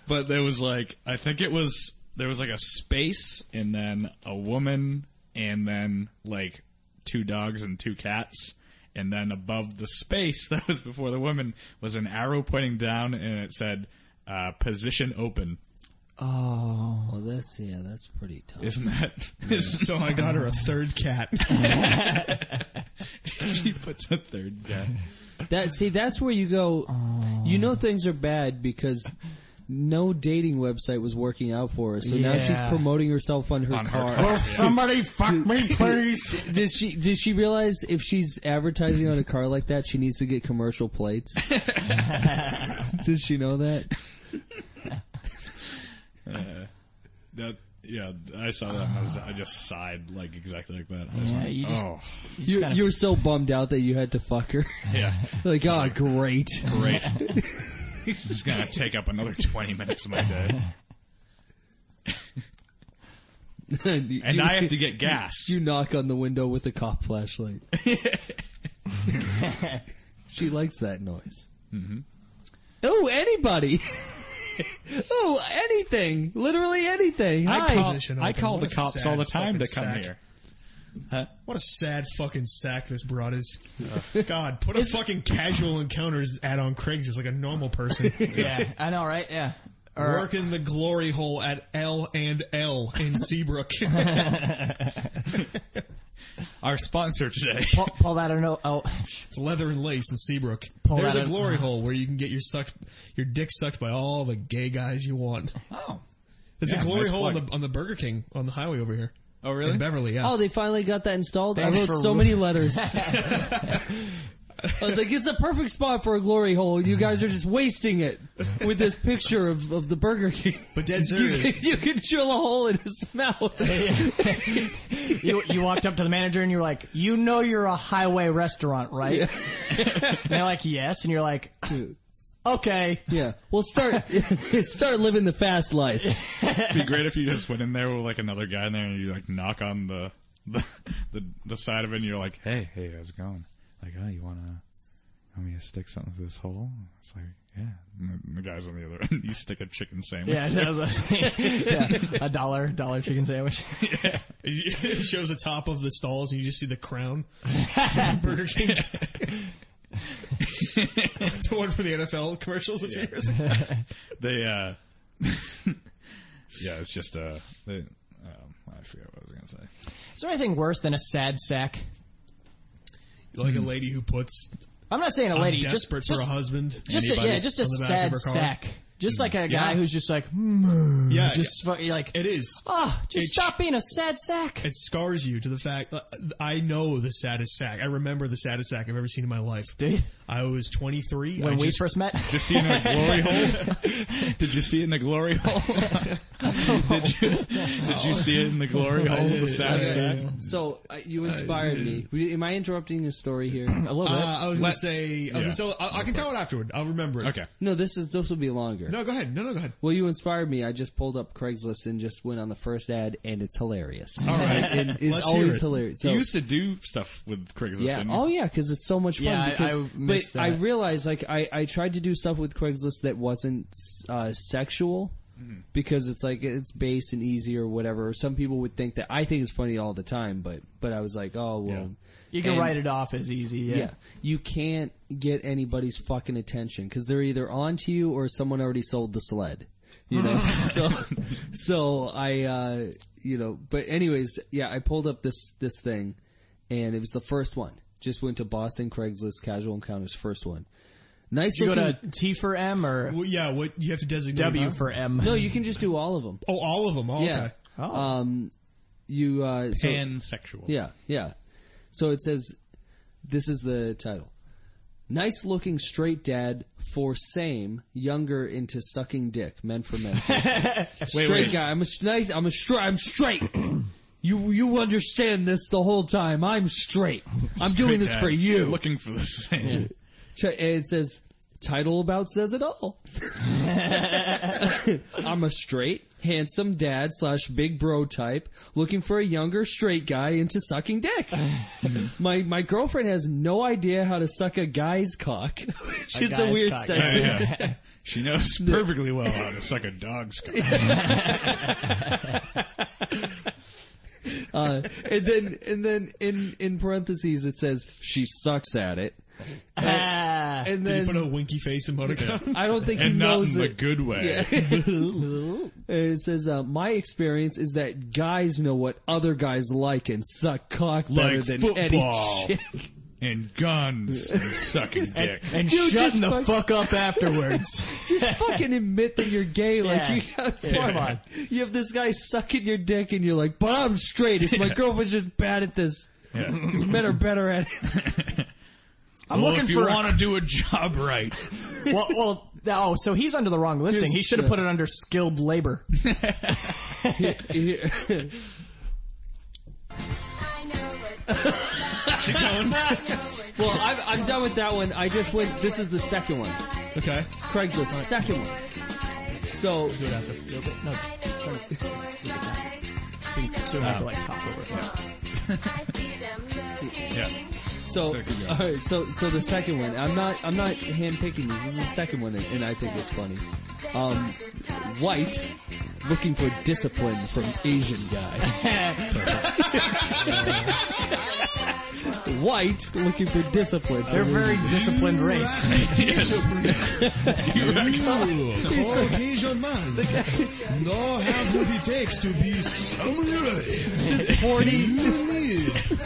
B: but there was like I think it was there was like a space and then a woman and then like two dogs and two cats and then above the space that was before the woman was an arrow pointing down and it said uh, position open.
D: Well, that's yeah, that's pretty tough.
B: Isn't that?
A: So I got her a third cat.
B: he puts a third guy.
D: That see, that's where you go. You
B: Oh.
D: know things are bad because no dating website was working out for her. So now she's
E: Yeah.
D: promoting herself on her
B: On her
D: car.
B: car. Will
E: somebody fuck me, please?
D: Does she does she realize if she's advertising on a car like that, she needs to get commercial plates? does she know that?
B: That yeah, I saw that. And I, was, I just sighed like exactly like that. I was
E: Yeah,
B: like,
E: you just-
B: oh
E: You just
D: You,
E: gotta-
D: you were so bummed out that you had to fuck her.
B: yeah,
D: like, oh, great.
B: great. I'm just gonna take up another twenty minutes of my day,
D: You-
B: and I have to get gas.
D: You knock on the window with a cop flashlight. she likes that noise. Mm-hmm. Oh, anybody. oh, anything. Literally anything. Hi.
B: I call,
A: Position
B: I
A: open.
B: call
A: What
B: the
A: a
B: cops
A: sad
B: all the time to
A: fucking
B: come
A: sack.
B: here. Uh-huh.
A: What a sad fucking sack this broad is.
B: Uh.
A: God, put a fucking casual encounters ad on Craigslist like a normal person.
E: yeah, I know, right? Yeah. Or-
A: Working the glory hole at L and L in Seabrook.
B: Our sponsor today.
E: pull, pull that an- oh,
A: It's leather and lace in Seabrook.
E: Pull
A: There's
E: that
A: a
E: in-
A: glory hole where you can get your sucked, your dick sucked by all the gay guys you want.
E: oh.
A: There's
B: Yeah,
A: a glory
B: nice
A: hole on
B: plug.
A: the on the Burger King on the highway over here.
B: Oh, really?
A: In Beverly, yeah.
D: Oh, they finally got that installed?
E: Thanks
D: I wrote
E: for
D: so
E: ru-
D: many letters. I was like, it's a perfect spot for a glory hole. You guys are just wasting it with this picture of, of the Burger King.
A: but dead
D: You
A: serious.
D: can, you can drill a hole in his mouth.
E: You, you walked up to the manager and you're like, you know you're a highway restaurant, right? and they're like, yes. And you're like, okay.
D: Yeah. Well, start, start living the fast life.
B: It'd be great if you just went in there with like another guy in there and you like knock on the the the, the side of it and you're like, hey, hey, how's it going? Like, oh, you wanna want me to stick something through this hole? It's like, yeah. And the- the guy's on the other end. You stick a chicken sandwich.
E: Yeah, that was a, yeah, a dollar, dollar chicken sandwich.
A: It shows the top of the stalls and you just see the crown. Burger King. it's one for the NFL commercials of
B: Yeah.
A: yours.
B: They, uh, yeah, it's just uh, they, um, I forget what I was gonna say.
E: Is there anything worse than a sad sack?
A: Like a lady who puts
E: I'm not saying a lady,
A: I'm
E: just,
A: desperate
E: just,
A: for a husband.
E: just a,
A: Anybody
E: yeah, just a
A: on the back of her car?
E: sad sack. Just like a guy
A: Yeah.
E: who's just like, hmm,
A: Yeah,
E: just fu- you're like,
A: It is.
E: ah, just stop being a sad sack.
A: It scars you to the fact. uh, I know the saddest sack. I remember the saddest sack I've ever seen in my life.
E: Do you?
A: I was 23. I
E: When we
A: just-
E: first met,
B: Did you see it in the glory hole? Did you see it in the glory hole? did you did you see it in the glory hole? The sad sack.
D: So uh, you inspired me. We- Am I interrupting your story here?
E: a little bit.
A: Uh, I was gonna
B: Let-
A: say. I,
B: Yeah.
A: was gonna, say- I, I can tell it afterward. I'll remember it.
B: Okay.
D: No, this is this will be longer.
A: No, go ahead. No, no, go ahead.
D: Well, you inspired me. I just pulled up Craigslist and just went on the first ad, and it's hilarious. All right, it's
A: Let's hear
D: always
A: it.
D: hilarious. So,
B: you used to do stuff with Craigslist.
D: yeah.
B: didn't you?
D: Oh, yeah, because it's so much fun.
E: Yeah, I-
D: because,
E: I missed
D: but I
E: that.
D: realized, like, I, I tried to do stuff with Craigslist that wasn't uh, sexual.
E: Mm-hmm.
D: Because it's like it's base and easy or whatever. Some people would think that I think it's funny all the time, but but I was like, oh well,
B: Yeah.
E: You can
D: and-
E: write it off as easy. Yeah.
D: Yeah. You can't get anybody's fucking attention because they're either on to you or someone already sold the sled. you know. so, so I, uh, you know, but anyways, yeah, I pulled up this this thing, and it was the first one. Just went to Boston Craigslist Casual Encounters, first one. Nice.
E: you go
D: looking-
E: to T for M or
A: Well, yeah, what you have to designate
E: W
A: huh?
E: for M?
D: No, you can just do all of them.
A: Oh, all of them. Oh,
D: yeah.
A: Okay.
D: Um, you uh, so-
B: Pansexual.
D: Yeah, yeah. So it says, this is the title. Nice looking straight dad for same younger into sucking dick men for men. straight
B: wait.
D: guy. I'm a s- nice. I'm a stri- I'm straight. you you understand this the whole time. I'm straight. I'm doing this
B: Straight
D: for
B: dad.
D: you.
B: Looking for the same.
D: Ch- It says title about says it all. I'm a straight, handsome dad slash big bro type looking for a younger straight guy into sucking dick. my my girlfriend has no idea how to suck a guy's cock, which
E: A
D: is a
E: guy's
D: weird
E: cock.
D: sentence.
B: Yeah, yeah. She knows perfectly well how to suck a dog's cock.
D: Uh, and then and then in in parentheses it says she sucks at it.
E: Ah.
D: And
A: Did you
D: then
A: put a winky face emoticon?
D: I don't think he
B: And not
D: knows
B: in the
D: it.
B: good way.
D: Yeah. it says, uh, my experience is that guys know what other guys like and suck cock better
B: Like
D: than
B: football.
D: any chick.
B: And guns and sucking dick.
E: and
D: Dude,
E: shutting
D: just
E: the
D: fuck-
E: fuck up afterwards.
D: Just fucking admit that you're gay. Like
E: Yeah.
D: you got,
E: Come on.
D: you have this guy sucking your dick and you're like, but I'm straight. It's my girlfriend's just bad at this.
B: Yeah.
D: These men are better at it.
E: I'm
B: well,
E: looking
B: if you
E: for.
B: want to do a job right,
E: well, well, oh, so he's under the wrong listing.
D: Here's-
E: He should have put it under skilled labor.
D: well, I'm, I'm done with that one. I just went, this is the second one.
A: okay.
D: Craigslist, second one. So,
E: No, just turn it. So you don't have to like talk over it.
B: yeah.
D: So,
B: Second guy.
D: all right, so so the second one. I'm not I'm not handpicking this. This is the second one, and, and I think it's funny. Um, white looking for discipline from Asian guy. white looking for discipline.
E: They're a very disciplined race.
H: Caucasian man. Now have what it takes to be samurai.
D: This forty.
H: You need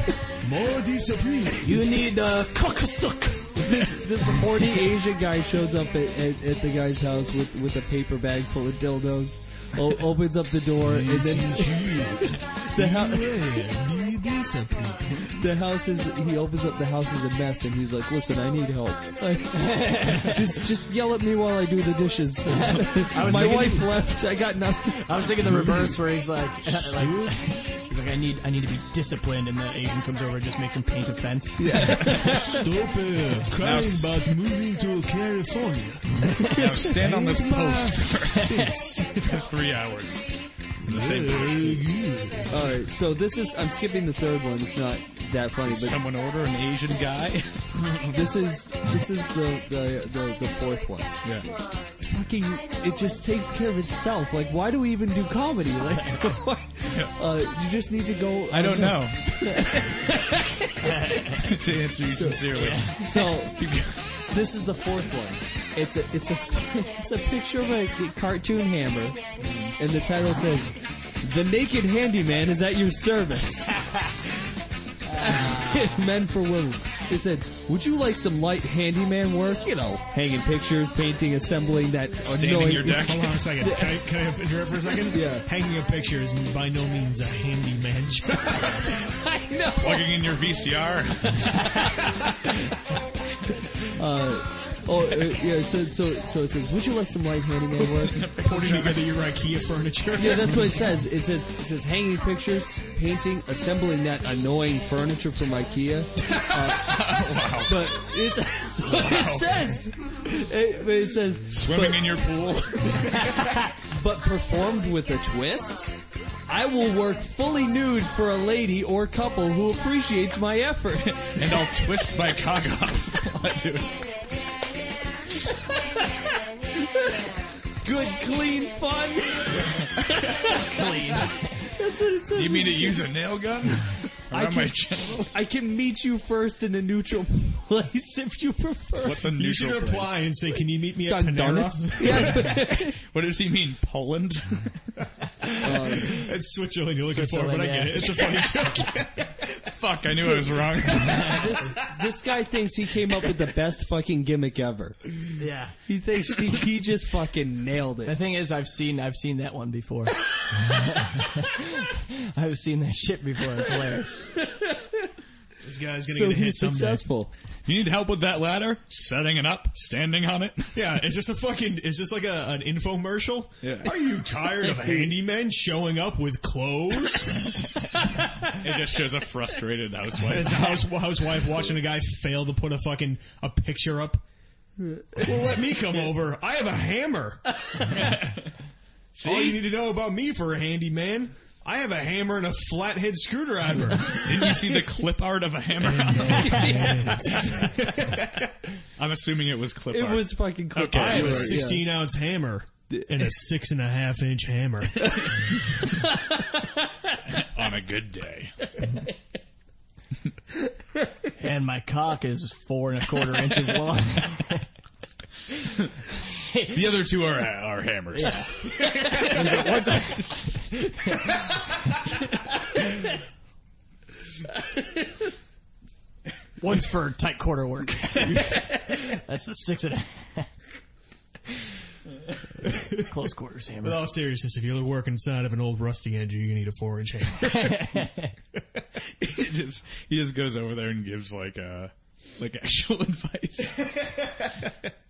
H: more discipline.
E: You need the cockasuck.
D: This horny Asian guy shows up at, at, at the guy's house with, with a paper bag full of dildos, o- opens up the door, and then the, hou-
H: Yeah, need discipline.
D: the house is he opens up the house is a mess and he's like listen i need help Like, just just yell at me while i do the dishes
E: was
D: my
E: thinking-
D: wife left i got nothing
E: I was thinking the reverse where he's like, like, he's like, I need, I need to be disciplined, and the Asian comes over and just makes him paint a fence.
H: Stop uh, crying
B: s-
H: about moving to California.
B: Now stand on this
H: Leave my
B: post for three hours in the same position.
H: Very good.
D: all right so this is i'm skipping the third one it's not that funny but
B: Someone order an Asian guy.
D: this is this is the the the, the fourth one
B: Yeah.
D: it's fucking it just takes care of itself like why do we even do comedy like why- uh, you just need to go
B: I don't know. to answer you sincerely,
D: So this is the fourth one. It's a it's a it's a picture of a, cartoon hammer, and the title says, "The Naked Handyman is at your service." Men for women. They said, "Would you like some light handyman work? You know, hanging pictures, painting, assembling that
B: Oh, standing
D: annoying."
B: your deck.
A: Hold on a second. Can I, can I interrupt for a second?
D: Yeah.
A: Hanging a picture is by no means a handy man job.
D: I know.
B: Plugging in your VCR.
D: Oh, uh, yeah. It says so. So it says, "Would you like some light handyman work?"
A: Putting together your IKEA furniture.
D: Yeah, that's what it says. It says it says hanging pictures, painting, assembling that annoying furniture from IKEA. Uh, But it's, that's what it says. It, but it says,
B: Swimming in your pool.
D: but performed with a twist. I will work fully nude for a lady or couple who appreciates my efforts.
B: and I'll twist my cock off while I do it.
D: Good, clean, fun. clean. That's what it says.
B: You mean to use a nail gun?
D: I
B: Around my
D: can,
B: genitals.
D: I can meet you first in a neutral place if you prefer.
B: What's a
A: You should
B: neutral place?
A: reply and say, "Can you meet me at
D: Dunkin'
A: Panera?"
D: Donuts? Yeah.
B: What does he mean, Poland?
A: It's Switzerland you're looking for, but I get
E: Switzerland, yeah.
A: it. It's a funny joke.
B: Fuck, I knew I was wrong.
D: this, this guy thinks he came up with the best fucking gimmick ever.
E: Yeah.
D: He thinks he, he just fucking nailed
E: The
D: it.
E: thing is, I've seen I've seen that one before. I've seen that shit before. It's hilarious.
A: this guy's gonna
D: So
A: get a hit
D: he's
A: someday.
D: successful.
B: You need help with that ladder? Setting it up, standing on it.
A: Yeah, is this a fucking, is this like a, an infomercial?
B: Yeah.
A: Are you tired of handymen showing up with clothes?
B: It just shows a frustrated housewife.
A: As a house, housewife watching a guy fail to put a fucking, a picture up. Well, let me come over. I have a hammer. All you need to know about me for a handyman, I have a hammer and a flathead screwdriver.
B: Didn't you see the clip art of a hammer? I'm assuming it was clip
D: It
B: art.
D: was fucking clip
B: Okay.
A: I
D: art.
A: have
B: Yeah.
A: a 16 ounce hammer and a six and a half inch hammer.
B: on a good day.
E: And my cock is four and a quarter inches long.
B: The other two are are hammers.
E: One's for tight quarter work. That's the six and a close quarters
A: With
E: hammer.
A: all seriousness, if you're working inside of an old rusty engine, you're gonna need a four inch hammer.
B: He just he just goes over there and gives like a like actual advice.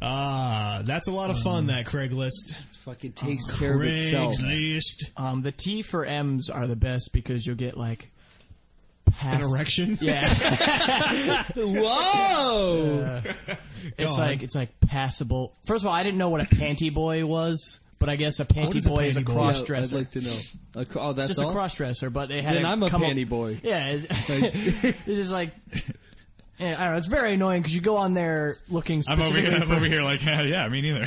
A: Ah, that's a lot of fun, that Craigslist.
D: fucking takes care of itself.
A: Craigslist.
E: Um, the T for M's are the best because you'll get like
A: An
E: past.
A: erection?
E: Yeah,
D: Whoa!
E: it's like it's like passable. First of all, I didn't know what a panty boy was, but I guess a panty
A: is a
E: boy is a
A: panty boy?
E: cross
D: Yeah, I'd
E: dresser.
D: like to know. A cr- oh, that's
E: just
D: all?
E: a cross dresser, but they had.
D: Then
E: it
D: I'm a
E: come
D: panty
E: up-
D: boy.
E: Yeah, it's, it's just like. Yeah, I don't know. It's very annoying because you go on there looking
B: I'm over
E: specifically.
B: here. I'm
E: for,
B: over here like yeah, yeah me neither.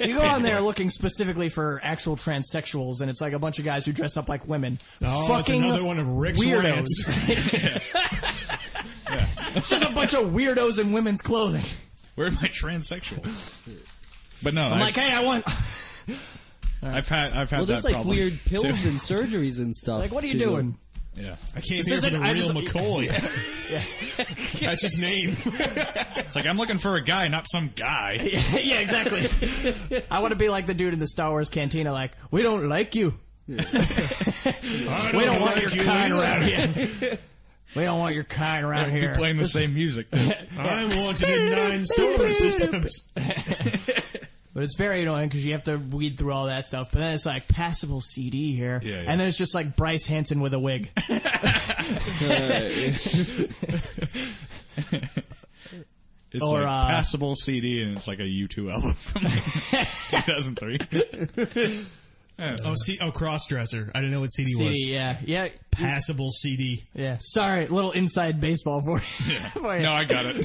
E: You go on there looking specifically for actual transsexuals, and it's like a bunch of guys who dress up like women.
A: Oh, it's
E: Fucking
A: another one of Rick's
E: weirdos.
A: rants.
E: It's just a bunch of weirdos in women's clothing.
B: Where are my transsexuals? But no,
E: I'm
B: I've,
E: like, hey, I want.
B: I've had I've had that
D: Well, there's like
B: problem
D: weird pills
B: too.
D: and surgeries and stuff.
E: Like, what are you
D: too.
E: doing?
B: yeah.
A: I came here for
E: isn't-
A: the
E: I
A: real
E: just-
A: McCoy. That's his name.
B: It's like I'm looking for a guy, not some guy.
E: yeah, exactly. I want to be like the dude in the Star Wars cantina, like, we don't like you.
A: I
E: We don't want
A: like
E: your
A: you
E: kind
A: either.
E: around here. We don't want your kind around
B: Be
E: here.
B: playing the same music.
A: I'm wanted in nine solar systems.
E: But it's very annoying because you have to weed through all that stuff. But then it's like passable CD here,
B: Yeah, yeah.
E: and then it's just like Bryce Hanson with a wig.
B: It's
E: Or,
B: like
E: uh,
B: passable CD, and it's like a U2 album from like 2003.
A: Oh, C- oh, crossdresser. I didn't know what CD, was.
E: CD, yeah, yeah,
A: Passable CD.
E: yeah. Sorry, little inside baseball for you. for you.
B: No, I got it.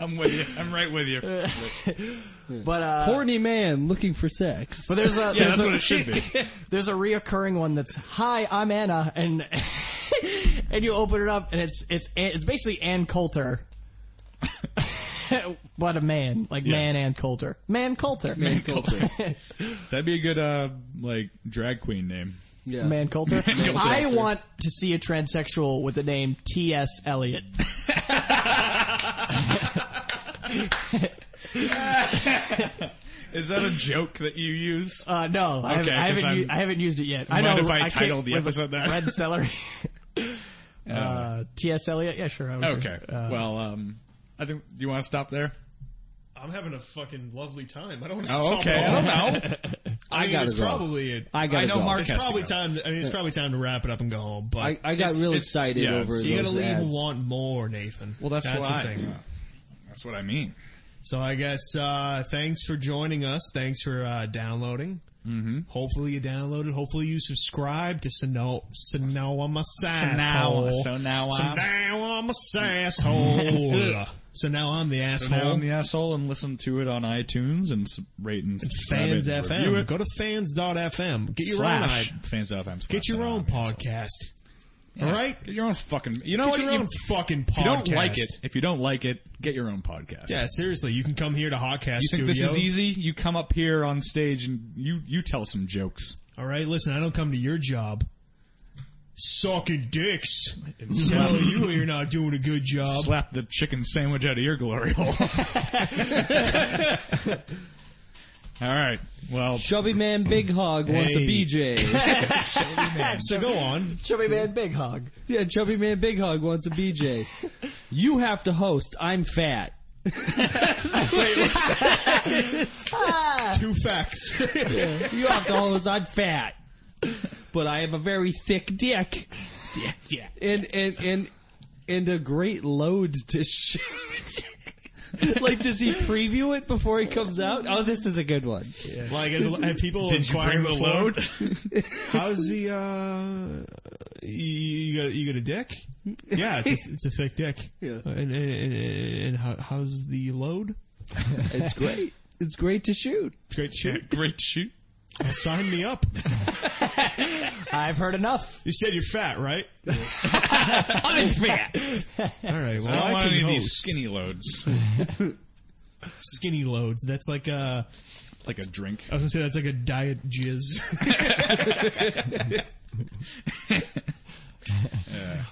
B: I'm with you. I'm right with you. Yeah,
E: but uh,
D: Horny man looking for sex.
E: but there's a
B: that's
E: there's,
B: what
E: a
B: it should be.
E: there's a reoccurring one that's hi, I'm Anna, and and you open it up and it's it's Ann- it's basically Ann Coulter. what a man, like man Ann Coulter, man Coulter, man,
D: Culture.
B: That'd be a good uh like drag queen name.
D: Yeah.
E: Coulter. I want to see a transsexual with the name T. S. Eliot.
B: Is that a joke that you use?
E: Uh, no, I haven't,
B: Okay,
E: I
B: 'cause
E: haven't,
B: I'm-
E: u- I haven't used it yet. I
B: Mind
E: know.
B: if I
E: can't-
B: title the
E: with a
B: episode that?
E: Red celery. uh, T.S. Eliot. Yeah, sure. I would.
B: okay.
A: Uh,
B: well, um, I think do you want to stop there?
A: I'm having a fucking lovely time. I don't want to stop.
B: Oh, okay. I
A: at all.
B: don't know.
A: I, mean,
D: gotta
A: it's
D: go.
A: probably it.
D: I gotta
B: I know
D: go.
B: Mark
A: It's
B: has to
A: probably
B: go.
A: time. I mean, it's probably time to wrap it up and go home. But
D: I, I got
B: It's-
D: real
B: it's-
D: excited
B: yeah,
D: over
B: it's-
A: you gotta
D: those
A: leave and
D: ads.
A: want more, Nathan.
B: Well, that's,
A: that's
B: what I.
A: the thing.
B: That's what I mean.
A: So I guess uh, thanks for joining us. Thanks for uh, downloading. Mm-hmm. Hopefully you downloaded. Hopefully you subscribed to Sano Sano I'm a sasshole.
B: now
A: So now I'm a sasshole. So now I'm the
B: So
A: asshole.
B: now I'm the asshole and listen to it on iTunes and s- rate and subscribe
A: fans
B: and review
A: FM.
B: it.
A: Go to fans.fm. Get your
B: slash
A: own i-
B: fans FM. slash
A: Get your own
B: FM.
A: podcast.
B: Yeah.
A: All right?
B: Get your own fucking. You know
A: Get
B: what?
A: your
B: You-
A: own fucking podcast.
B: If you don't like it, if you don't like it, get your own podcast.
A: Yeah, seriously, you can come here to Hotcast
B: You think
A: Studio.
B: this is easy? You come up here on stage and you you tell some jokes.
A: All right, listen, I don't come to your job. Sucking dicks. Tell you you're not doing a good job.
B: Slap the chicken sandwich out of your glory hole. All right. Well,
D: Chubby man, big hog wants a
A: Hey.
D: BJ.
A: So go on.
E: Chubby Man Big Hog.
D: yeah, chubby man, big hog wants a BJ. You have to host. I'm fat.
A: Two facts.
D: You have to host. I'm fat, but I have a very thick dick. Yeah, yeah. And and and and a great load to shoot. like, does he preview it before he comes out? Oh, this is a good one.
A: Like, as, have people
B: did you
A: inquiring
B: bring the
A: before,
B: load?
A: How's the, uh, you, you got, you got a dick? Yeah, it's a, it's a thick dick.
D: Yeah.
A: And, and, and, and how, how's the load?
D: It's great. It's great to shoot.
A: Great shit.
B: Great shoot.
A: Sign me up.
E: I've heard enough.
A: You said you're fat, right?
E: I'm fat.
A: All right. Well,
B: I don't
A: I,
B: want
A: can
B: any of
A: host
B: these skinny loads.
A: skinny loads. That's like uh,
B: like a drink.
A: I was gonna say that's like a diet jizz.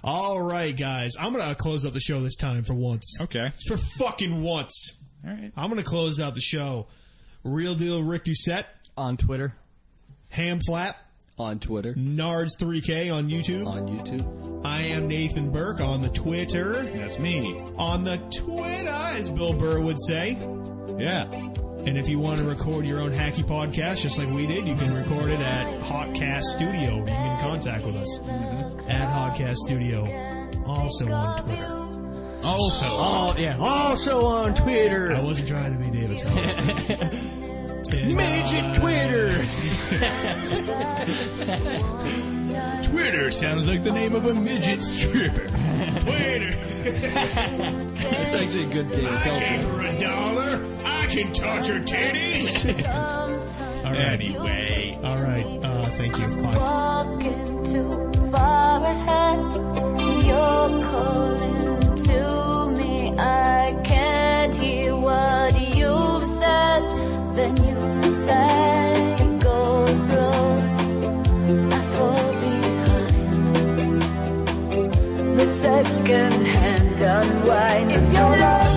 A: All right, guys. I'm gonna close out the show this time for once.
B: Okay.
A: For fucking once,
B: All right.
A: I'm gonna close out the show. Real deal, Rick Doucette,
E: On Twitter.
A: Ham Flap,
D: On Twitter.
A: Nards3K on YouTube.
D: On YouTube.
A: I am Nathan Burke on the Twitter.
B: That's me.
A: On the Twitter, as Bill Burr would say.
B: Yeah.
A: And if you want to record your own hacky podcast, just like we did, you can record it at Hotcast Studio. You can get in contact with us
E: Mm-hmm.
A: at Hotcast Studio, also on Twitter.
B: Also,
E: Oh, yeah. Also on Twitter.
A: I wasn't trying to be David Tell. And, uh,
E: Agent Twitter.
B: Twitter sounds like the name of a midget stripper.
D: It's actually a good day. Tell
A: for a dollar, I can touch her titties. All right.
B: Anyway.
A: All right. Uh, thank you. Bye.
J: Walking too far ahead, you're calling to me. I can't hear what you've said. Then you say it goes wrong. I fall behind. The second hand unwind. If your love